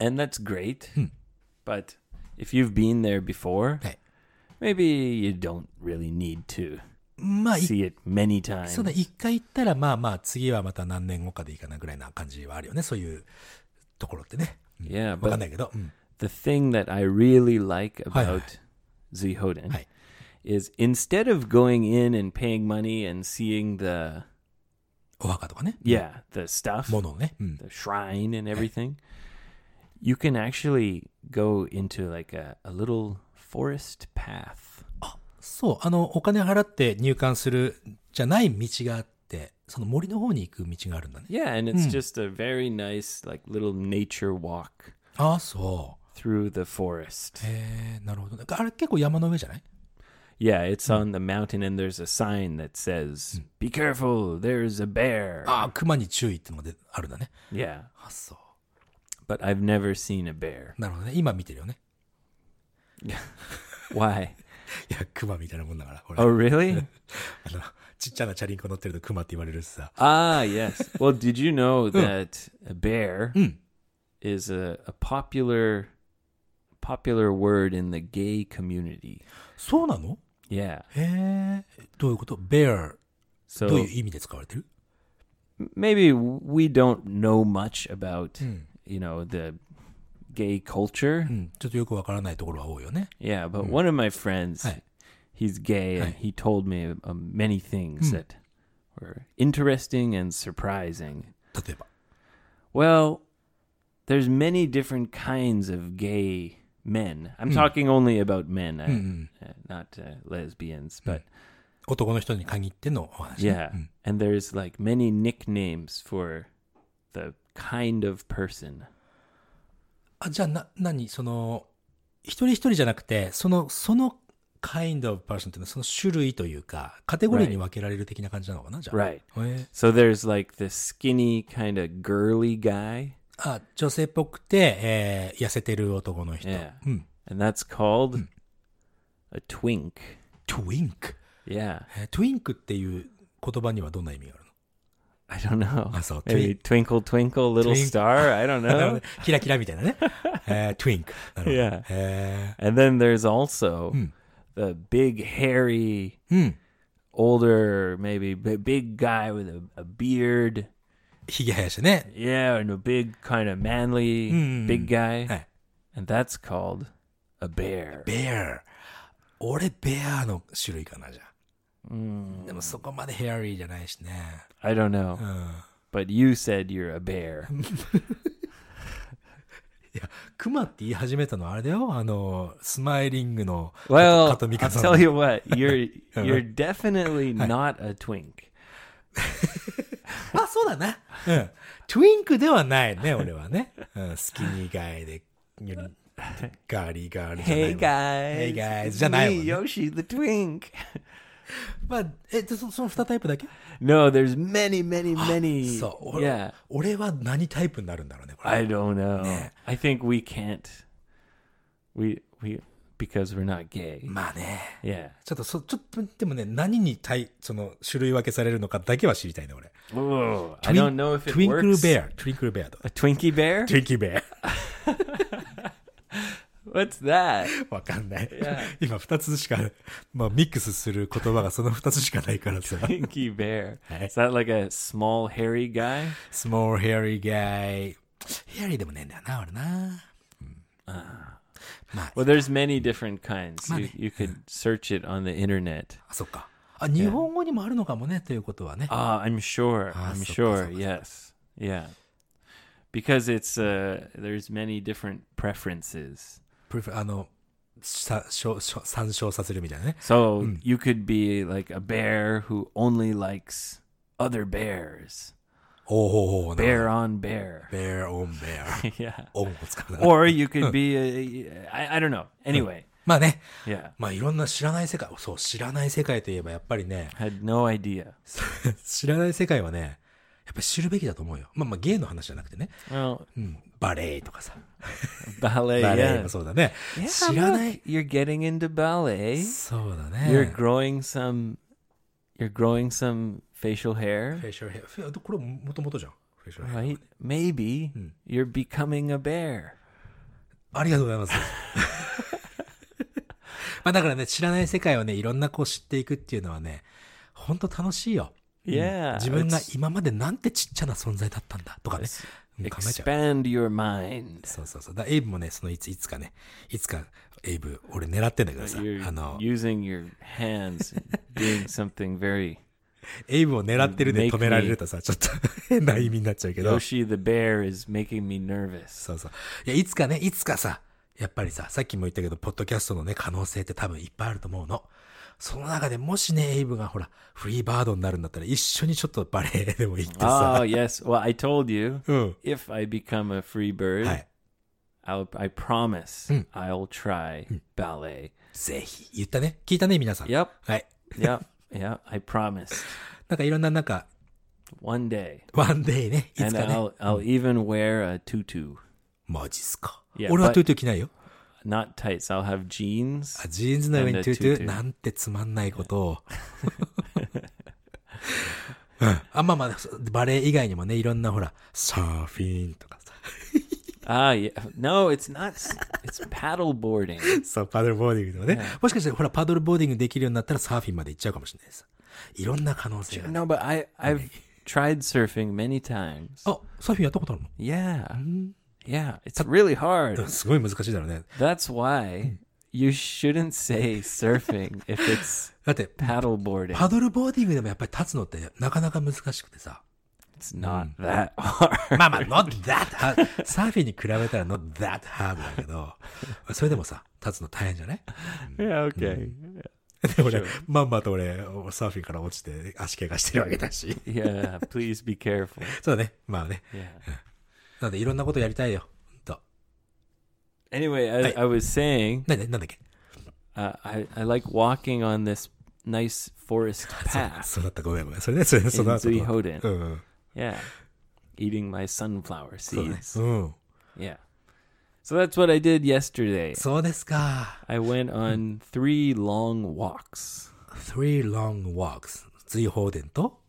B: and that's great. But if you've been there before,
A: Right.
B: maybe you don't really need to
A: まあ、い
B: see it many times.
A: そうだ、一回行ったら、まあまあ、次はまた何年後かでいいかなぐらいな感じはあるよね。そういうところってね。
B: yeah,
A: わかんな
B: but
A: いけど。うん
B: the thing that I really like
A: hi.
B: about Zuihoden
A: Hi.
B: is instead of going in and paying money and seeing the
A: お墓とかね。
B: yeah the stuff
A: ものをね。うん。
B: the shrine and everything, you can actually go into like a, a little forest path.
A: そう、あの、お金払って入館するじゃない道があって、その森の方に行く道があるんだね。
B: Yeah, and it's just a very nice like little nature walk
A: ああ、そう。
B: through the forest.
A: Eh. えー、なるほどね。あれ結構山の上じゃない
B: Yeah, it's on the mountain and there's a sign that says, "Be careful, there's a bear."
A: ああ、熊に注意ってのがであるんだね。
B: Yeah,
A: あそ
B: but I've never seen a bear.
A: う。なるほどね。今見てるよね。
B: Why?
A: いや、熊みたいなもんだから。ほら、
B: Oh, really?
A: あの、ちっちゃなチャリンコ乗ってると熊って言われるしさ。
B: Ah, yes. Well, did you know that a bear is a, a popular popular word in the gay community?
A: そうなの
B: Yeah.
A: へえ。どういうこと ?bear。どう
B: So
A: いう意味で使われてる
B: maybe we don't know much about, you know, the gay culture.
A: うん。ちょっとよくわからないところは多いよね。
B: Yeah, but one of my friends,
A: Hi.
B: he's gay, and
A: Hi.
B: he told me uh, many things that were interesting and surprising.
A: 例えば。
B: Well, there's many different kinds of gay men. I'm talking only about men, uh, uh, not uh, lesbians, but
A: 男の人に限ってのお話ね。
B: yeah. And there's like many nicknames for the kind of person.
A: あ、じゃあな、何その、一人一人じゃなくて、その、その kind of person っていうのはその種類というか、カテゴリーに分けられる的な感じなのかなじゃあ。
B: Right.
A: へえ
B: So there's like the skinny kind of girly guy.
A: あ、女性っぽくて、えー痩せてる男の人。
B: Yeah.
A: うん。
B: And that's called a twink.
A: トゥインク。
B: Yeah.
A: えートゥインクっていう言葉にはどんな意味がある
B: I don't know.
A: I saw a
B: Maybe
A: twink.
B: twinkle twinkle little
A: Twink-
B: star. I don't
A: のなるほ
B: know.
A: どねキラキラみた いなね。えー、トゥインク。なるほど。
B: Yeah.
A: え
B: And then there's also the big hairy
A: ーうん。
B: older maybe b- big guy with a, a beard.
A: ひげ生やしてね。
B: Yeah, and a big kind of manly big guy.
A: はい。
B: And that's called Eh. a bear.
A: ベア。俺、ベアの種類かな、じゃあ。でもそこまでヘアリーじゃないしね。
B: I don't know. But you said you're a bear.
A: いや、クマって言い始めたのはあれだよ。あの、スマイリングの
B: Well,
A: 加藤美
B: I'll
A: 香さんの
B: tell you what, you're you're definitely not a twink.
A: あ、そうだな。うん。トゥインクではないね、俺はね。 うん、スキニーガイで、よりガーリーガールじゃない
B: Hey
A: もん
B: guys.
A: Hey guys.
B: It's
A: じゃないもん
B: me,
A: ね。
B: Yoshi the twink.
A: まあ、え、でそその2タイプだけ
B: No, there's many, many, many.
A: そう。俺
B: yeah.
A: 俺は何タイプになるんだろうね、これ。
B: I don't know. I think we can't. We we because we're not gay.
A: まあね。
B: Yeah.
A: ちょっとそ、ちょっと、でもね、何に対、その、種類分けされるのかだけは知りたいね、俺。
B: Whoa. I don't know if it
A: トゥインクル
B: works.
A: ベア、トゥインクルベアだ。
B: A Twinkie bear?
A: トゥインキーベア。
B: What's that?
A: わかんない。今二つしか、まあミックスする言葉がその二つしかないからさ。
B: Twinkie bear. Is that like a small hairy guy?
A: small hairy guy. ヘアリーでもねえんだよな、俺な。
B: Well, there's many different kinds. You, you could search it on the internet.
A: あ、そっか。あ、日本語にもあるのかもね、ということはね。
B: Ah, I'm sure.
A: Ah,
B: I'm
A: so-
B: sure.
A: so- so-
B: yes. Yeah. Because it's uh there's many different preferences.
A: プレフあの、さしょしょ参照させるみたいなね。
B: So
A: Hmm.
B: you could be like a bear who only likes other bears.
A: おうほうほう。
B: Bear on bear.
A: bear on bear.
B: yeah.
A: オンを使 うな。
B: Or you could be a I, I don't know. Anyway,
A: まあね。
B: yeah.
A: まあいろんな知らない世界。そう、知らない世界といえばやっぱり ね、
B: Had no idea.
A: 知らない世界はね、やっぱり知るべきだと思うよ。まあまあゲイの話じゃなくてね。
B: Well,
A: うん。バレエとかさ。
B: ballet.
A: バレエ
B: yeah.
A: もそうだね。
B: Yeah,
A: 知らない
B: look, you're getting into ballet.
A: そうだ
B: You're
A: ね。
B: growing some you're growing some facial hair.
A: フェイシャルヘアフェ。これもともとじゃん。フェイシャルヘア
B: Right? Maybe
A: Hmm.
B: you're becoming a bear.
A: ありがとうござい ます。まあだからね、知らない世界をね、いろんなこう知っていくっていうのはね、ほんと楽しいよ。
B: Yeah.
A: Hmm. 自分が
B: it's-
A: 今までなんてちっちゃな存在だったんだとかね。うん考えちゃう。
B: expand your mind.
A: そうそうそう。だからエイブもね、そのいついつかね、いつかエイブ、俺狙ってんだけどさ、
B: You're
A: あの、
B: using your hands, and doing something very.
A: エイブを狙ってるで
B: Make
A: 止められるとさ、ちょっと変な意味になっちゃうけど。
B: Yoshi the bear is making me nervous.
A: そうそう。いや、いつかね、いつかさ、やっぱりさ、さっきも言ったけど、ポッドキャストのね、可能性って多分いっぱいあると思うの。その中でもしね、エイブがほら、フリーバードになるんだったら、一緒にちょっとバレエでも行ってさ。
B: Oh yes. Well, I told you
A: うん。
B: if I become a free
A: は
B: bird,
A: い。
B: I'll, I promise I'll try ballet.
A: ぜひ。言ったね。聞いたね、皆さん。
B: Yep.
A: はい。
B: Yep. Yep. I promise.
A: なんかいろんな、なんか、
B: One day,
A: ワンデイね。いつ
B: and
A: かね。
B: I'll I'll even wear a tutu.
A: マジっすか。
B: Yeah,
A: 俺は
B: but-
A: トゥートゥー着ないよ。
B: not tights. I'll have jeans.
A: あジーンズの上に
B: And
A: ト
B: a
A: ゥートゥ
B: tutu.
A: ー。なんてつまんないことを。 うん。あ、まあまあ、バレエ以外にもね、いろんなほら、サーフィンとかさ。
B: Ah, yeah. No, it's not. s- It's paddle boarding.
A: そう、パドルボーディングでもね。もしかして、ほら、パドルボーディングできるようになったらサーフィンまで行っちゃうかもしれないです。いろんな可能性がある。
B: No, but I I've tried surfing many times.
A: あ、サーフィンやったことある
B: Yeah, yeah. It's really
A: の
B: hard.
A: すごい難しいだろうね。
B: That's why you shouldn't say surfing if it's
A: だって、
B: paddle boarding.
A: パドルボーディングでもやっぱり立つのってなかなか難しくてさ。
B: It's not that hard.
A: まあまあ、not that hard. サーフィンに比べたら not that hard だけど、それでもさ、立つの大変じゃない
B: Yeah. Okay.
A: で、俺、まんまと俺、サーフィンから落ちて足怪我してるわけだし。
B: Yeah. Please be careful.
A: そうだね。まあね。
B: Yeah.
A: なんでいろんなことやりたいよ。ほんと。
B: Anyway, I, I was saying
A: な、な、なんだっけ
B: uh, I I like walking on this nice forest
A: あ
B: path
A: そうだった。ごめんごめん。それね、それね、そ
B: in
A: の後。うん
B: Zuihoden.
A: うん。
B: Yeah. Eating my sunflower
A: そうだね
B: seeds.
A: うん。
B: Yeah. So that's what I did yesterday.
A: そうですか。
B: I went on three long walks.
A: three long walks. 随放電と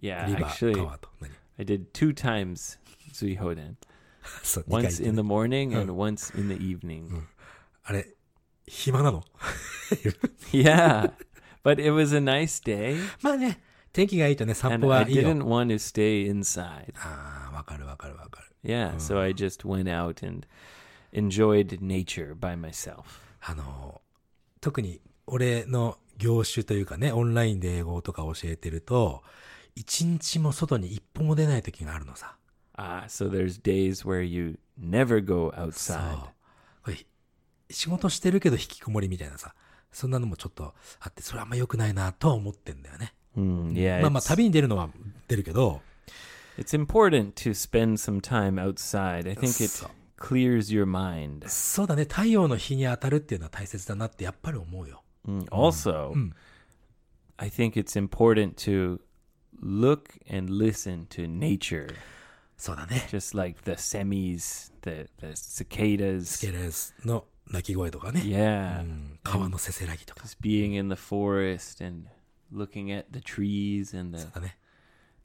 B: Yeah,
A: リバー
B: actually,
A: 川と。何
B: I did two times Zuihoden.
A: そう、二回
B: Once
A: 行って
B: in
A: ね
B: the morning and once in the evening.
A: あれ、暇なの
B: yeah. But it was a nice day
A: まあね、天気がいいとね、散
B: and
A: 歩
B: I
A: はいいよ。
B: didn't want to stay inside.
A: ああ、わかるわかるわかる。
B: Yeah, so I just went out and enjoyed nature by myself.
A: あの、特に俺の業種というかね、オンラインで英語とか教えてると、一日も外に一歩も出ない時があるのさ。
B: Ah, so there's days where you never go
A: そう
B: outside.
A: これ仕事してるけど引きこもりみたいなさ。そんなのもちょっとあって、それあんま良くないなとは思ってんだよね。
B: Mm, yeah,
A: まあまあ
B: it's-
A: 旅に出るのは出るけど、
B: It's important to spend some time outside. I think it
A: So-
B: clears your mind.
A: そうだね、太陽の日に当たるっていうのは大切だなってやっぱり思うよ。
B: Mm, Also,
A: Mm.
B: I think it's important to look and listen to nature,
A: そうだね。
B: just like the semis, the, the cicadas.
A: スケレスの鳴き声とかね。
B: Yeah.
A: うん川のせせらぎとか。
B: Just being in the forest and looking at the trees and
A: そ
B: the,
A: うだね。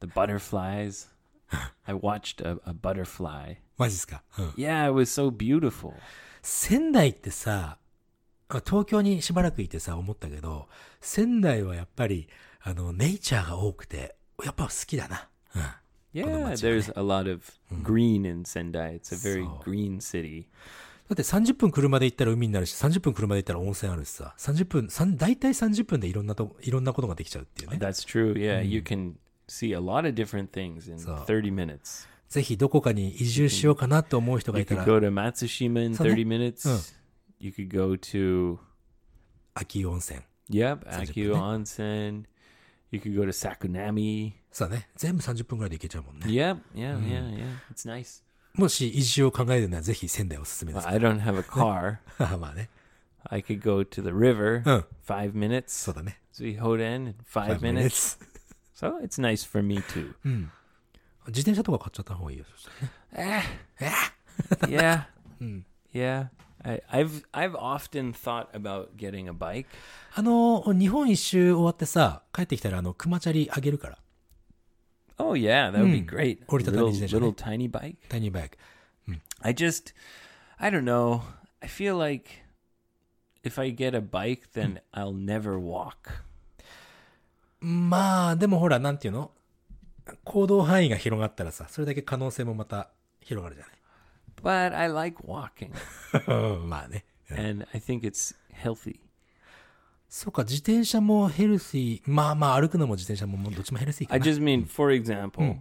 B: the butterflies. I watched a, a butterfly.
A: マジっすか。うん。
B: Yeah, it was so beautiful.
A: 仙台ってさ、あ東京にしばらくいてさ、思ったけど、仙台はやっぱり、あの、ネイチャーが多くて、やっぱ好きだな。うん。
B: Yeah, there's a lot of green in Sendai. It's a very green city.
A: だって30分車で行ったら海になるし、30分車で行ったら温泉あるしさ、30分、さん大体30分でいろんなと、いろんなことができちゃうっていうね。
B: That's true. Yeah,
A: Mm.
B: you can see a lot of different things in 30 minutes.
A: ぜひどこかに移住しようかなと思う人が
B: You
A: いた
B: could
A: ら、
B: go to Matsushima in
A: So that-
B: 30 minutes.
A: Oh.
B: You could go to
A: 秋温泉。
B: yep, Akio
A: ね。
B: Onsen. You could go to Sakunami.
A: そうだね。全部30分ぐらいで行けちゃうもんね。
B: Yep, yeah,
A: Mm.
B: yeah, yeah. It's nice.
A: もし移住を考えるならぜひ仙台おすすめで
B: Well,
A: す。
B: I don't have a car.
A: まあね。
B: I could go to the river.
A: Oh.
B: 5 minutes.
A: そうだね。
B: Zuihoden in 5,
A: Five
B: minutes.
A: minutes
B: So, it's nice for me too.
A: 自転車とか買っちゃった方がいいよ。そしたらね Hmm.
B: yeah. Yeah. I, I've I've often thought about getting a bike.
A: あのー、日本一周終わってさ、帰ってきたらあの、熊チャリあげるから。
B: Oh yeah, that would be great. A
A: Orita
B: little,
A: Tani's Ninja,
B: little
A: right?
B: tiny bike.
A: タイニーバイク。
B: I just I don't know. I feel like if I get a bike then I'll never walk.
A: まあ、でもほら、なんていうの行動範囲が広がったらさ、それだけ可能性もまた広がるじゃない
B: But I like walking
A: うんまあね。
B: and I think it's healthy.
A: そうか、自転車もヘルシー。まあまあ、歩くのも自転車ももうどっちもヘルシーか
B: I
A: な。
B: just mean for example,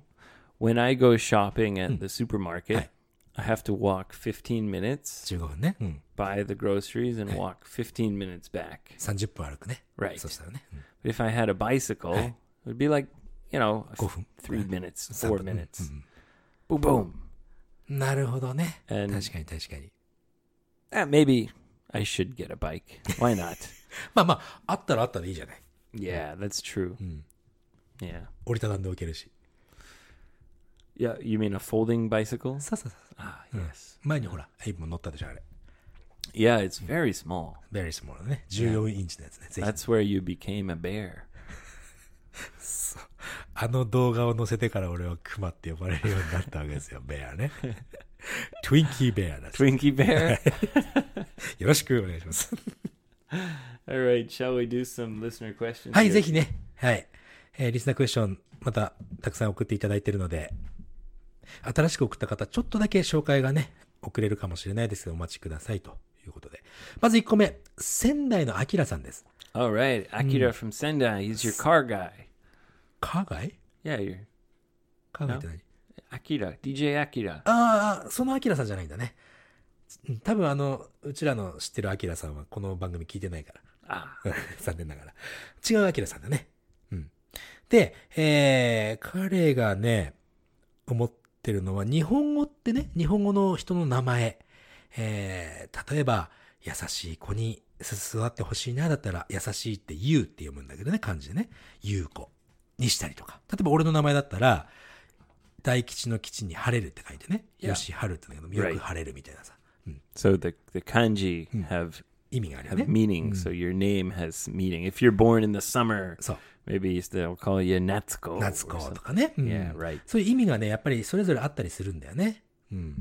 B: when I go shopping at the supermarket,
A: Hi.
B: I have to walk 15 minutes,
A: 15分ね。うん。
B: buy the groceries and walk 15 minutes back.
A: 30分歩くね。
B: Right.
A: そしたらね。うん
B: But if I had a bicycle, it would be like, you know, a f-
A: Go from-
B: three minutes, four
A: Sab-
B: minutes. Boom, boom.
A: なるほどね。
B: And-
A: 確かに確かに。
B: Eh, maybe I should get a bike. Why not?
A: まあまあ、あったらあったでいいじゃない。
B: yeah, that's true. Yeah.
A: 折りたたんでおけるし。
B: Yeah, you mean a folding bicycle?
A: さあさあさあ
B: Ah, yes.
A: 前にほら、エイブも乗ったでしょ、あれ。
B: Yeah, it's very small.
A: very small のね。14インチのやつね。ぜひ。
B: That's where you became a bear.
A: あの動画を載せてから俺はクマって呼ばれるようになったわけですよ、ベアね。トゥインキーベアです。
B: Twinkie Bear.
A: よろしくお願いします。
B: All right, shall we do some listener questions?
A: はい、
B: here?
A: ぜひね。はい。えーリスナークエスチョン、また、たくさん送っていただいているので、新しく送った方、ちょっとだけ紹介がね、遅れるかもしれないですけど、お待ちくださいということで。まず1個目、仙台のあきらさんです。
B: All right, Akira from Sendai. He's your car guy.
A: 海外
B: Yeah, your
A: 海外って何、
B: Akira, DJ Akira.
A: ああ、そのアキラさんじゃないんだね。うん多分あの、うちらの知ってるアキラさんはこの番組聞いてないから。
B: Ah,
A: 残念ながら。違うアキラさんだね。うん。で、えー、彼がね、思ってるのは、日本語ってね、日本語の人の名前。えー、例えば、優しい子に座ってほしいな、だったら、優しいって言うって読むんだけどね、漢字でね。言う子にしたりとか。例えば俺の名前だったら、大吉の吉に晴れるって書いてね。
B: Yeah.
A: よし、晴るって言うんだけど、よく晴れるみたいなさ。うん。
B: so the the kanji have
A: 意味があるよ
B: have
A: ね。
B: meaning. So your name has meaning. If you're born in the summer,
A: そう。
B: maybe they'll call you Natsuko. or
A: 夏子
B: something.
A: とかね。うん
B: Yeah, right.
A: そういう意味がね、やっぱりそれぞれあったりするんだよね。うん。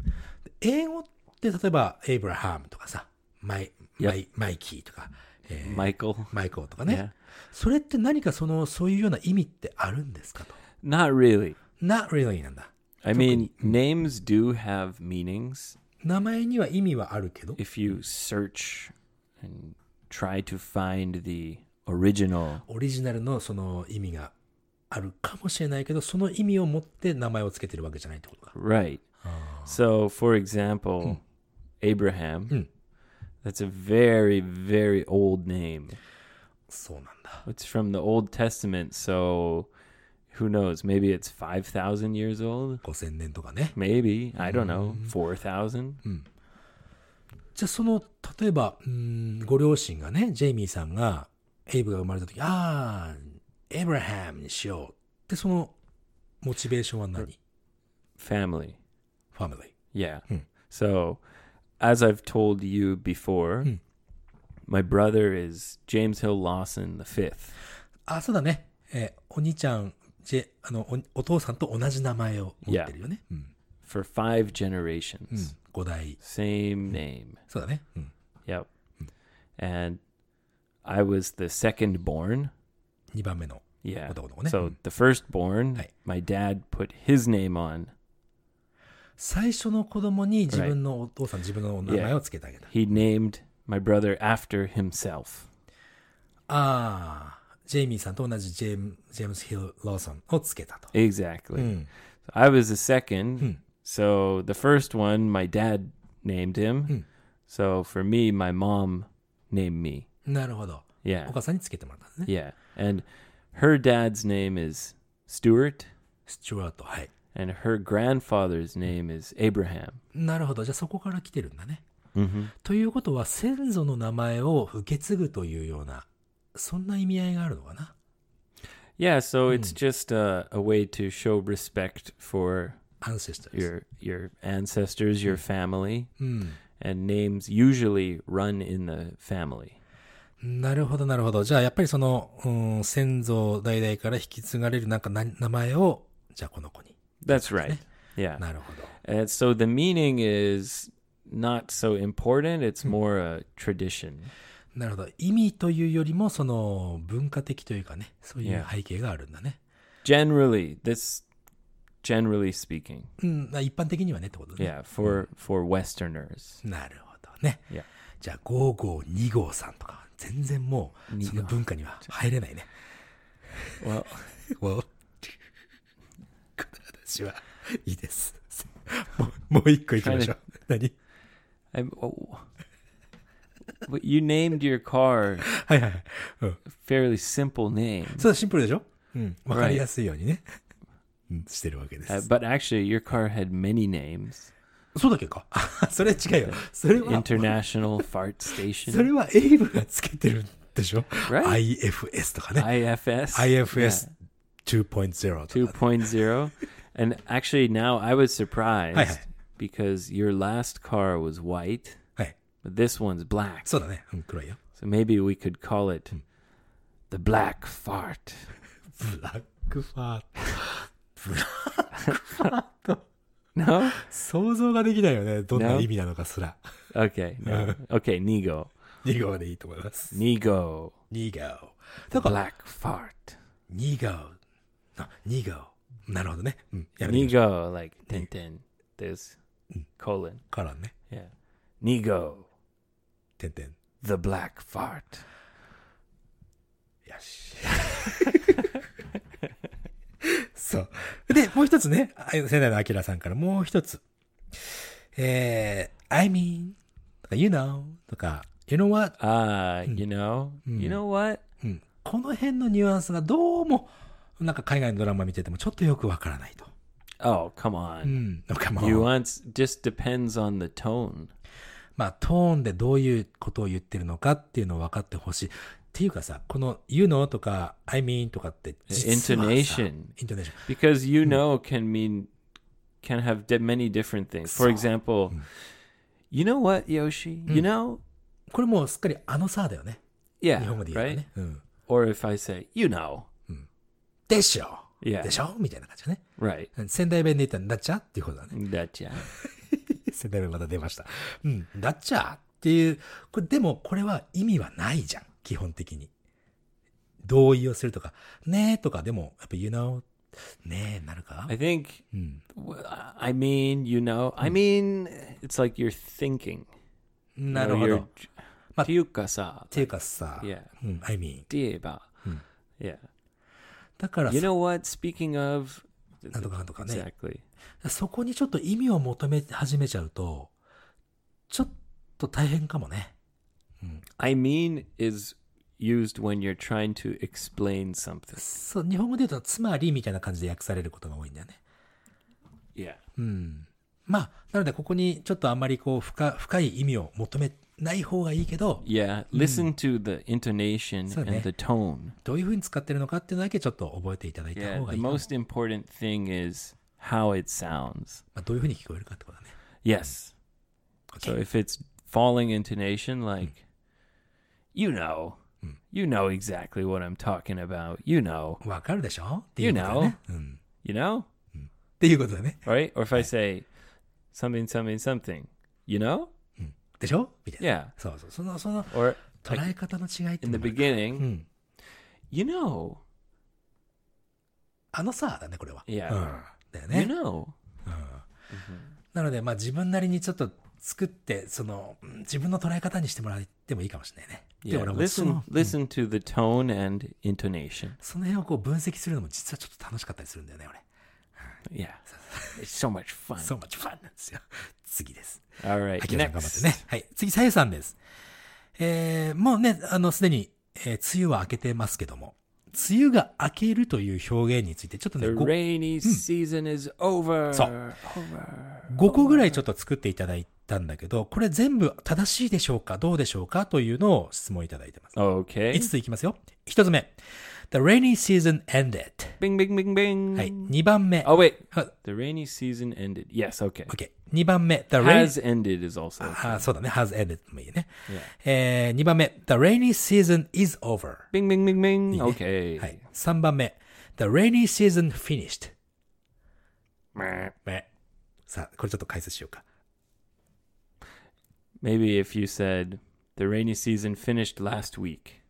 A: 英語って例えば、エイブラハムとかさ、マイ、
B: Yep.
A: マイ、マイキーとか、えー
B: Michael.
A: マイコーとかね
B: Yeah.。
A: それって何かその、そういうような意味ってあるんですかと。
B: Not really.
A: not really なんだ。
B: I mean, names do have meanings
A: 名前には意味はあるけど、
B: if you search and try to find the original.
A: オリジナルのその意味があるかもしれないけど、その意味を持って名前をつけてるわけじゃないってことか。
B: Right. So, for example, Abraham.
A: Mm.
B: That's a very, very old name.
A: そうなんだ。
B: It's from the Old Testament, so who knows? Maybe it's 5,000 years old.
A: 5000年とかね。
B: Maybe. I don't know. 4,000?
A: じゃあその、例えば、うーんご両親がね、ジェイミーさんが、エイブが生まれた時、ああ、エイブラハムにしようって、その、モチベーションは何フ
B: Family.
A: ァミリー。
B: Yeah. So, as I've told you before, my brother is James Hill Lawson the fifth.
A: あ、そうだね。えーお兄ちゃん、ジェ、あのお、お父さんと同じ名前を持ってるよね。うん。
B: for five generations.
A: 五代。
B: Same name.
A: そうだね。うん。
B: Yep. And I was the second born.
A: 二番目の。
B: Yeah.
A: Hold on, hold on, eh?
B: So the firstborn,
A: Hey.
B: my dad put his name on.
A: 最初の子供に自分のお父さん、自分のお名前をつけてあげた。
B: He named my brother after himself.
A: ああ、ジェイミーさんと同じジェームジェームス・ヒル・ローソンをつけたと。
B: Exactly. So I was the second. So the first one, my dad named him. So for me, my mom named me.
A: なるほど。
B: Yeah.
A: お母さんにつけてもらったんですね。
B: Yeah. And her dad's name is Stuart.
A: スチュワート。はい。
B: and her grandfather's name is Abraham.
A: なるほど。じゃあそこから来てるんだね。
B: Mm-hmm.
A: ということは、先祖の名前を受け継ぐというような、そんな意味合いがあるのかな。
B: Yeah, so it's just a, a way to show respect for
A: アンセスターズ。
B: your your ancestors, your family,
A: うん。
B: and names usually run in the family.
A: なるほど、なるほど。じゃあ、やっぱりその、うん、先祖代々から引き継がれるなんかな名前を、じゃあこの子に。
B: That's right. Yeah.
A: なるほど。
B: And so the meaning is not so important, it's more a tradition.
A: なるほど。意味というよりも、その、文化的というかね、そういう
B: Yeah.
A: 背景があるんだね。
B: Generally, this generally speaking.
A: うん、まあ一般的にはねってことね。
B: Yeah, for for westerners.
A: なるほどね。
B: Yeah.
A: じゃあ、5号、2号さんとか、全然もう、その文化には入れないね。
B: Well,
A: わお。私は、いいです。もう、もう一個行きましょう。何
B: I oh, but you named your car
A: はいはいはい。うん。
B: fairly simple name.
A: そうだ、シンプルでしょうん。わかりやすいようにね。うん、してるわけで
B: Uh,
A: す。
B: but actually, your car had many names
A: そうだっけかそれ違うよ。それは、
B: International Fart
A: そ
B: Station,
A: れはエイブがつけてるんでしょ
B: Right.
A: ?IFS とかね。
B: IFS.
A: IFS2.0
B: yeah,
A: とか。
B: 2.0. and actually, now I was surprised
A: hi.
B: because your last car was white,
A: はい。
B: but this one's black.
A: そうだね。うん、黒いよ。
B: So maybe we could call it the Black Fart.
A: ブラックファート。ブラックファート。
B: No?
A: 想像ができないよね。どんな
B: No?
A: 意味なのかすら。
B: Okay. No. Okay, Nigo.
A: ニゴでいいと思います。
B: Nigo.
A: ニゴ。だから、
B: Black fart.
A: ニゴ。あ、ニゴ。なるほどね。うん。やめて。
B: Nigo, like ten ten. There's colon.
A: からね。
B: Yeah. Nigo.
A: てんてん。
B: The black fart.
A: よし。そう。で、もう一つね、あ世代のアキラさんからもう一つ。えー、I mean, とか you know, とか you know what?
B: Ah, you know? You know what?
A: うん。この辺のニュアンスがどうも、なんか海外のドラマ見ててもちょっとよくわからないと。
B: Oh, come
A: う
B: on.
A: ん。なんかまあ、
B: Nuance just depends on the tone.
A: まあ、トーンでどういうことを言ってるのかっていうのを分かってほしい。っていうかさ、この you know とか I mean とかって実はさ、
B: Intonation.
A: イントネーション。
B: Because you know can mean can have di- many different things. For example, you know what, Yoshi? You know?
A: これもうすっかりあのさだよね。日
B: Yeah,
A: 本語で言えば
B: right?
A: ね。うん。
B: Or if I say, you know.
A: でしょ
B: Yeah.
A: でしょみたいな感じだね。
B: Right.
A: 仙台弁で言ったら、だっちゃっていうことだ ね。
B: Gotcha.
A: 仙台弁また出ました。うん。だっちゃっていう、これでもこれは意味はないじゃん。基本的に。同意をするとか、ねえとかでも、やっぱ you know, ねえなるか
B: I think, w- I mean, you know, I mean, it's like you're thinking.
A: なるほど。っ
B: But, っていうかさ、
A: ていうかさ、
B: Yeah.
A: うん、I mean.
B: って言えば、Yeah.
A: だから
B: You know what? Speaking of.
A: なんとかなんとかね。
B: Exactly.
A: そこにちょっと意味を求め始めちゃうと、ちょっと大変かもね。
B: I mean is used when you're trying to explain something.
A: そう、日本語で言うと、つまりみたいな感じで訳されることが多いんだよね。
B: Yeah.
A: まあ、なのでここにちょっとあんまりこう深深い意味を求めない方がいいけど、
B: Yeah. Listen to the intonation and
A: そうね。
B: the tone.
A: どういうふうに使ってるのかっていうのだけちょっと覚えていただいた
B: Yeah.
A: 方が
B: The
A: いいかも。
B: most important thing is how it sounds.
A: まあ、どういうふうに聞こえるかってことだね。
B: Yes. So
A: Okay.
B: if it's falling intonation, like, you know, you know exactly what I'm talking about. You know,
A: わかるでしょっていうことだね。うん。
B: you know,
A: っていうことだね。
B: right? Or if I say something, something, something, you know?
A: でしょみたいな。
B: Yeah. Hmm.
A: そうそう。その、その
B: Or
A: 捉え方の違いってい
B: in the
A: うのも
B: beginning,
A: うん。
B: you know,
A: あのさ、だね、これは。
B: Yeah.
A: うん。だ
B: you
A: よね。
B: know.
A: なので、まあ自分なりにちょっと作って、その、うん自分の捉え方にしてもらってもいいかもしれないね。で
B: Yeah.
A: 俺もその
B: Listen, listen to the tone and intonation.
A: その辺をこう分析するのも実はちょっと楽しかったりするんだよね、俺。
B: Yeah. It's so much fun.
A: そう、much fun なんですよ。次です。
B: All right.
A: 秋さん頑張って
B: Next.
A: ね。はい。次、さゆさんです。えー、もうね、あの、すでに、えー梅雨は明けてますけども、梅雨が明けるという表現について、ちょっとね、
B: The
A: 5,
B: rainy season is over. Over.
A: 個ぐらいちょっと作っていただいたんだけど、これ全部正しいでしょうかどうでしょうかというのを質問いただいてます。
B: Okay.
A: 5ついきますよ。1つ目。The rainy season ended.
B: Bing, bing, bing, bing.
A: はい。2番目。
B: Oh wait,
A: あ
B: the rainy season ended. Yes, okay.
A: OK。2番目。The rainy
B: Has ended is also.
A: あーそうだね。has ended もいいね。えー、2番目。The rainy season is over.
B: Bing, bing, bing, bing. Okay.
A: はい。3番目。The rainy season finished.
B: Meh.
A: ねさあ、これちょっと解説しようか。
B: Maybe if you said the rainy season finished last week.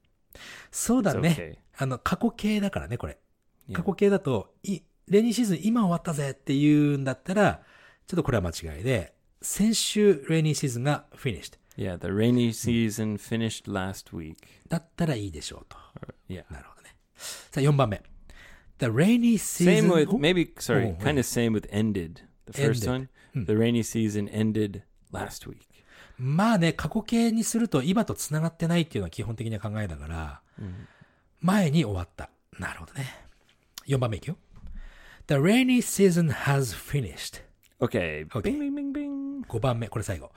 A: そうだ
B: It's
A: ね。
B: okay.
A: あの、過去形だからね、これ。
B: Yeah.
A: 過去形だと、い、レニーシーズン今終わったぜっていうんだったら、ちょっとこれは間違いで、先週、レニーシーズンが finished。
B: Yeah, the rainy season finished last week.
A: だったらいいでしょうと。
B: Yeah.
A: なるほどね。さあ、4番目。The rainy season...
B: Same with
A: お
B: maybe sorry,
A: Oh, wait.
B: kind of same with ended. The first
A: Ended. Hmm.
B: one. The rainy season ended last week.
A: まあね、過去形にすると今と繋がってないっていうのは基本的な考えだから、前に終わった。なるほどね。4番目いくよ。The rainy season has finished.
B: Okay.
A: Okay.
B: Bing bing bing bing.
A: 5番目、これ最後。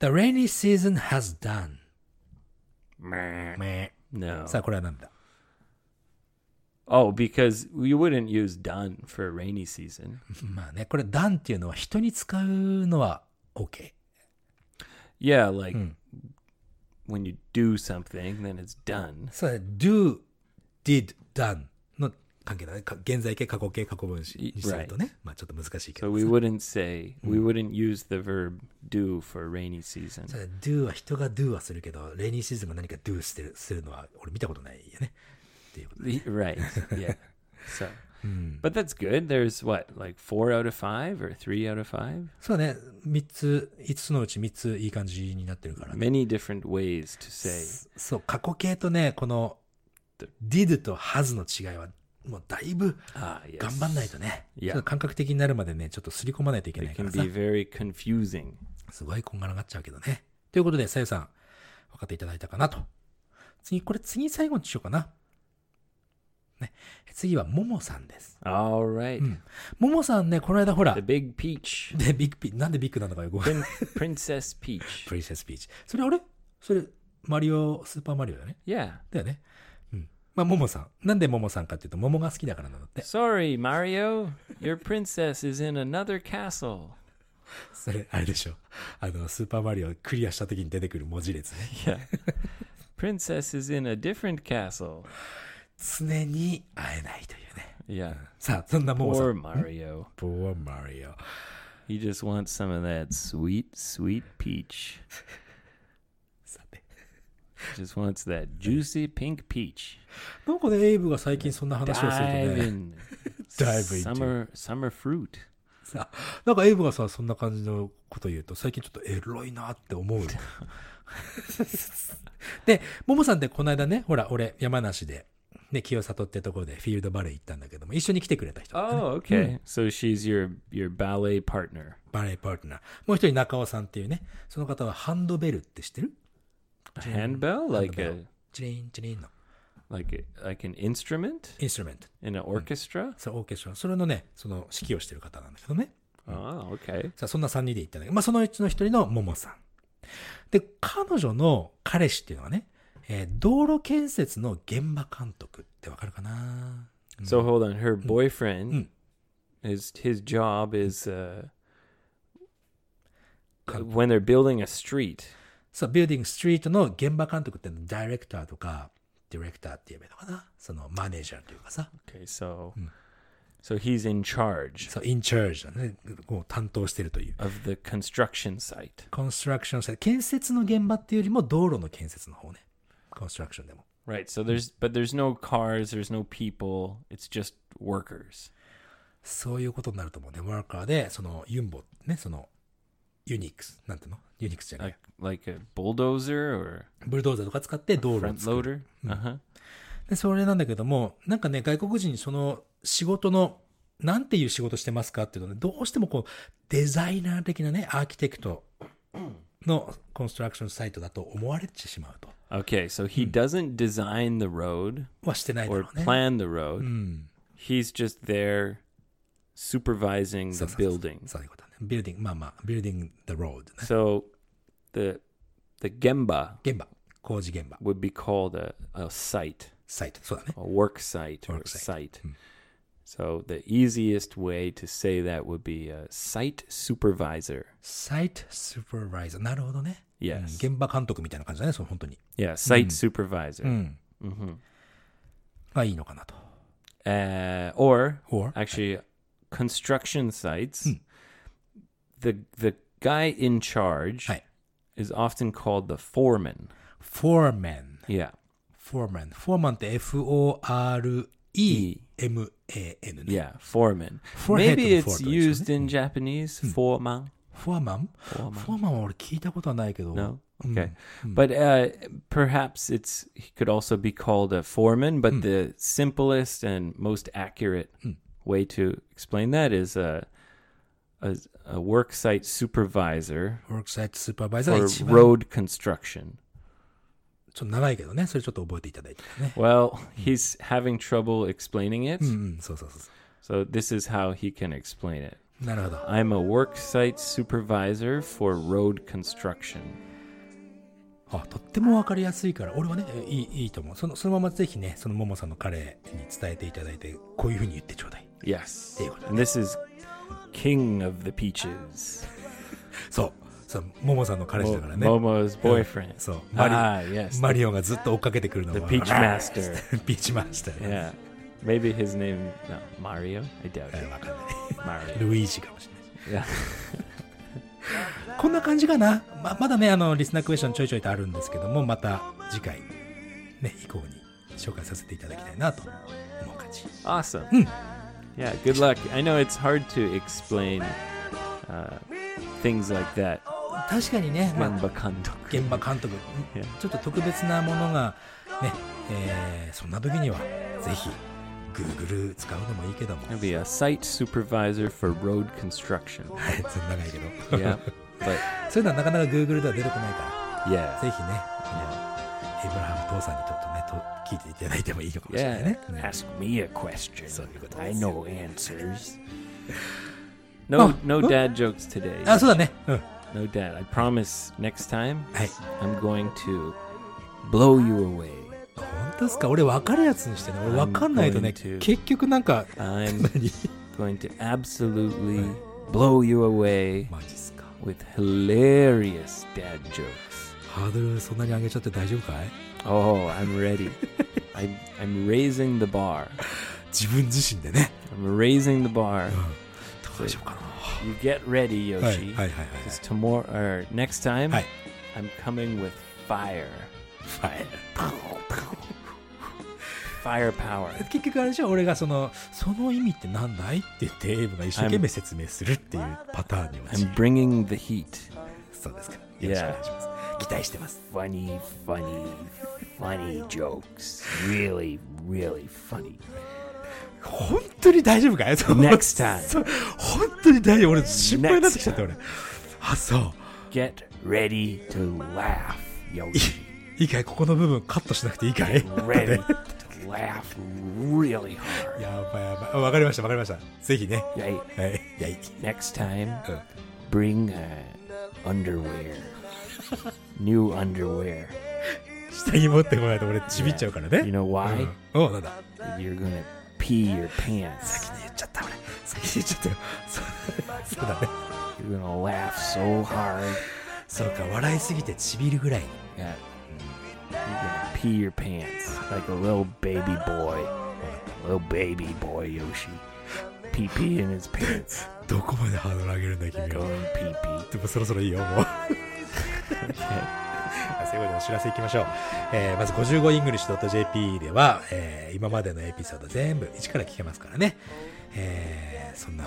A: The rainy season has done.
B: Meh.
A: め
B: No.
A: さあ、これは何だ
B: Oh, because you wouldn't use done for a rainy season.
A: まあね、これ done っていうのは人に使うのは OK。
B: Yeah, like
A: Hmm.
B: when you do something, then it's done.
A: そうだね do, did, done の関係ないか現在形過去形過去分詞にするとね、まあちょっと難しいけ
B: So
A: ど
B: we wouldn't say, we
A: Hmm.
B: wouldn't use the verb do for rainy season.
A: じゃあ do は人が do はするけどレイニーシーズンが何か do してるするのは俺見たことないよねっていうこと
B: The- Right. Yeah. So,
A: Hmm.
B: but that's good. There's what, like four out of five or three out of five?
A: そうね3つ5つのうち3ついい感じになってるから
B: Many different ways to say.
A: そう過去形とねこの did と has の違いはもうだいぶ
B: Ah, yes.
A: 頑張んないとね、
B: いや
A: ちょっと感覚的になるまでねちょっとすり込まないといけない
B: It
A: か
B: can
A: らさ
B: be very confusing.
A: すごいこんがらがっちゃうけどねということでさゆさん分かっていただいたかなと次これ次最後にしようかなね次はももさんです
B: All right.
A: ももさんねこの間ほら
B: The big peach.
A: でビッグピなんでビッグなのかよごめん
B: Prin- Princess Peach.
A: プリンセスピーチそれあれそれマリオスーパーマリオだよね
B: Yeah.
A: だよねうんまあももさんなんでももさんかっていうと桃が好きだからなんだって
B: Sorry, Mario. Your princess is in another castle.
A: それあれでしょあのスーパーマリオクリアした時に出てくる文字列ね
B: Yeah. princess is in a different castle.
A: 常に会えないというね
B: Yeah.
A: さあそんなももさ
B: Poor
A: ん
B: Mario.
A: Poor Mario
B: He just wants some of that sweet, sweet peach.
A: さて
B: Just wants that juicy pink peach.
A: なんかねエイブが最近そんな話をすると
B: Dive
A: ね
B: in.
A: Dive into.
B: Summer, summer fruit.
A: さなんかエイブがさそんな感じのこと言うと最近ちょっとエロいなって 思うでももさんってこの間ねほら俺山梨で、ね、清里ってところでフィールドバレー行ったんだけども一緒に来てくれた人
B: Oh, okay. So she's your your ballet partner.
A: バレーパートナーもう一人中尾さんっていうねその方はハンドベルって知ってる
B: A handbell, like a
A: チリンチリンの
B: like a, like an instrument
A: インストゥルメント
B: in an orchestra.
A: そうオーケストラそれのねその指揮をしてる方なんだけどね
B: Oh, okay.
A: さあ、そんな3人で行ったんだけど、まあ、そのうちの1人のももさん。で、彼女の彼氏っていうのはね、えー道路建設の現場監督ってわかるかな
B: So hold on, her boyfriend, his his job is uh,
A: Con-
B: when they're building a street.
A: そう、ビルディングストリートの現場監督ってのダイレクターとか、ディレクターって言えばいいのかなそのマネージャーというかさ、
B: Okay, so Hmm. so he's in charge
A: そう、インチャージだね、こう担当してるという。
B: of the construction site,
A: コンストラクションさ建設の現場っていうよりも道路の建設の方ね。コンストラクションでも。
B: right? So there's but there's no cars, there's no people. It's just workers.
A: そういうことになると思うね。ワーカーで、そのユンボ、ね、その、ユニックス、なんていうのユニックスじゃない
B: Like like a bulldozer or
A: ブルドーザーとか使って道路を
B: front
A: 作る。
B: loader. Uh huh.
A: で、それなんだけども、なんかね、外国人にその仕事の、なんていう仕事してますかっていうのね、どうしてもこう、デザイナー的なね、アーキテクトのコンストラクションサイトだと思われてしまうと。
B: Okay, so he
A: Hmm.
B: doesn't design the road
A: はしてないだ
B: or
A: ろうね。
B: plan the road.
A: Hmm.
B: He's just there supervising the
A: そうそうそう
B: building.
A: そういうことね。ビルディング、まあまあ、ビルディング・ザ・ロードね。
B: So the the gemba
A: 現場。工事現場。
B: would be called a, a site,
A: サイト。そうだね。
B: a work site or
A: Work site.
B: site.
A: Hmm.
B: So the easiest way to say that would be a site supervisor.
A: サイト・スーパーバイザー。なるほどね。うん
B: Yes.
A: 現場監督みたいな感じだね、そう本当に。
B: Yeah,
A: Hmm.
B: site supervisor.
A: がいいのかなと。
B: Uh, or
A: Or-
B: actually construction sites.
A: Hmm.
B: The the guy in charge
A: はい。
B: is often called the foreman.
A: foreman。
B: Yeah.
A: foreman。foreman って F-O-R-E-M-A-N ね。
B: Yeah, foreman.
A: Forehead
B: Maybe
A: of the Hmm.
B: it's
A: forehead,
B: used in Japanese, foreman.
A: foreman? foreman は俺聞いたことはないけど。
B: No? Okay.
A: Hmm.
B: But uh, perhaps it's he could also be called a foreman,
A: Hmm.
B: but the simplest and most accurate way to explain that is a a, a work site supervisor
A: worksite supervisor は
B: for
A: 一番
B: road construction.
A: ちょっと長いけどね。それちょっと覚えていただいてね。
B: Well, he's having trouble explaining it,
A: うん、そうそうそうそ
B: so this is how he can explain it.
A: う。なるほど。
B: I'm a work site supervisor for road construction.
A: あ、とってもわかりやすいから、俺はね、えいいいいと思う。そのそのままぜひね、そのももさんの彼に伝えていただいて、こういうふうに言ってちょうだい。
B: Yes.
A: Yeah.
B: And this is King of the Peaches.
A: そう。そう、ももさんの彼氏
B: Mo-
A: だからね。
B: Momo's boyfriend.
A: そう。マリ
B: ah, yes.
A: マリオがずっと追っかけてくるの
B: The
A: は。
B: Peach Master.
A: ピーチマンしたね。
B: yeah. Maybe his name, no, Mario. I doubt it.
A: えーわかんない。
B: Mario.
A: ルイージかもしれないです。
B: Yeah.
A: こんな感じかな。ままだね、あの、リスナークエスチョンちょいちょいとあるんですけども、また次回、ね、以降に紹介させていただきたいなと思う感じ。
B: Awesome.
A: Hmm.
B: Yeah, good luck. I know it's hard to explain uh, things like that.
A: 確かにね、まあ、
B: Genba Kantoku.
A: 現場監督、
B: Yeah.
A: ちょっと特別なものが、ね、えーそんな時には、ぜひ、Google 使うのもいいけども、
B: I'll be a site supervisor for road construction.
A: はい、 そんな長いけど。
B: Yeah. but
A: そういうのはなかなか Google では出てこないか
B: yeah.
A: ら、ぜひね、エイブラハム父さんにちょっとね、と聞いていただいてもいいのかもしれな
B: Yeah.
A: いね。
C: Ask me a question.
A: So you got
C: I know answers.
B: No
A: Oh,
B: no
A: huh?
B: dad jokes today.
A: あ、そうだね。うん。
B: No dad. I promise next time
A: はい。
B: I'm going to blow you away.
A: 本当ですか俺分かるやつにしてね。俺分かんないとね、
B: I'm going to-
A: 結局なんか、
B: I'm
A: 何
B: going to absolutely blow you away
A: マジっすか。
B: with hilarious dad jokes.
A: ハードルそんなに上げちゃって大丈夫かい
B: Oh, I'm ready. I'm, I'm raising the bar.
A: 自分自身でね。
B: I'm raising the bar.
A: どうしようかな。
B: You get ready,
A: はいは
B: Yoshi.
A: いはいはい。
B: Because tomorrow, or next time,
A: はい。
B: I'm coming with fire.
A: はい。
B: Firepower.
A: 結局あれでしょ俺がその、その意味ってなんだいって言って、エイブが一生懸命説明するっていうパターンに陥
B: I'm
A: る。
B: bringing the heat.
A: そうですか。よろしくお願いします。期待してます。
C: Funny, funny, funny jokes. Really, really funny.
A: 本当に大丈夫かい
B: Next time.
A: そう本当に大丈夫俺心配になってきちゃった俺あそう
C: Get ready to laugh, Yoshi.
A: いいかいここの部分カットしなくていいかい
C: Ready to laugh really hard.
A: やばいやばいわかりましたわかりましたぜひね
C: Hey,
A: はいいやいい
C: next time,
A: うん
C: bring uh, underwear. New underwear.
A: 下に持ってこないと俺ちびっちゃうからね
C: You know why?
A: うんおなんだ
C: You're gonna pee your pants.
A: 先に言っちゃった俺先に言っちゃったよそうそうだね
C: You're gonna laugh so hard.
A: そうか笑いすぎてちびるぐらい
C: Yeah. You're gonna pee your pants like a little baby boy. Little baby boy Yoshi. Pee pee in his pants.
A: どこまでハードル上げるんだ君
C: Go
A: は
C: and pee pee.
A: でもそろそろいいよもうはいそういうことでお知らせいきましょう。えーまず 55english.jp では、えー今までのエピソード全部一から聞けますからね。えーそんな、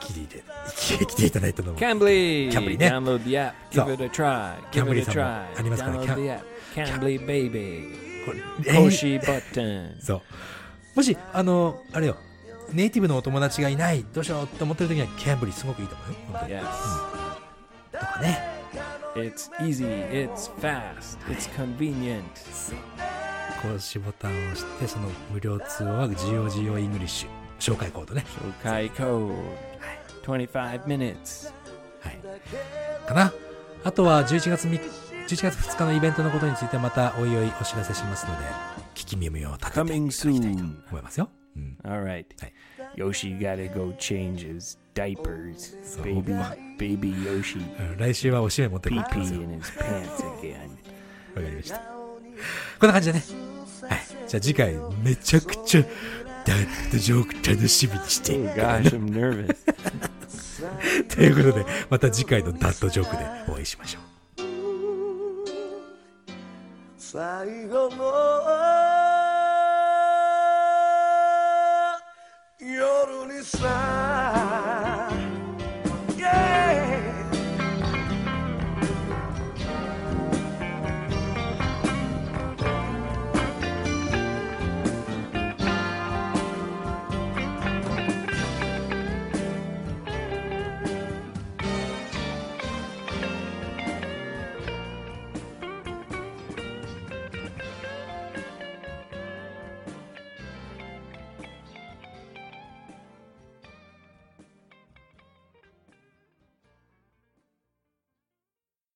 A: き聞いて、聞いていただいたのも。
B: Cambly!
A: Cambly ね
B: Download the app. Give
A: そう
B: it a try. Give
A: Cambly
B: it a
A: さんも
B: try.
A: ありますから
B: Download
A: Cam-
B: the app. Cambly baby.
A: これ永遠
B: Koshi button.
A: そう。もし、あの、あれよ、ネイティブのお友達がいない、どうしようと思ってる時には、キャンブリーすごくいいと思うよ。本当に
B: Yes.
A: とかね。
B: It's easy. It's fast. It's convenient.
A: 公式ボタンを押して、その無料通話は GOGO イングリッシュ紹介コードね。
B: Shokai code. 25 minutes.
A: はい。かな。あとは11月み、11月2日のイベントのことについてまたおいおいお知らせしますので、聞き耳を立てて
B: Coming soon.
A: 思いますよ。うん。
B: All right.
A: Hey.
C: Yoshi gotta go change his diapers.
A: So-
C: baby,
B: Oh.
C: baby Yoshi
A: うん来週はおしめ持ってくる
C: pee
A: わ
C: pee in his pants again.
A: かりました。こんな感じだね。はい。じゃあ次回、めちゃくちゃ、ダッドジョーク楽しみにして
B: Oh,。gosh, I'm nervous.
A: ということで、また次回のダッドジョークでお会いしましょう。
D: 最後の夜にさ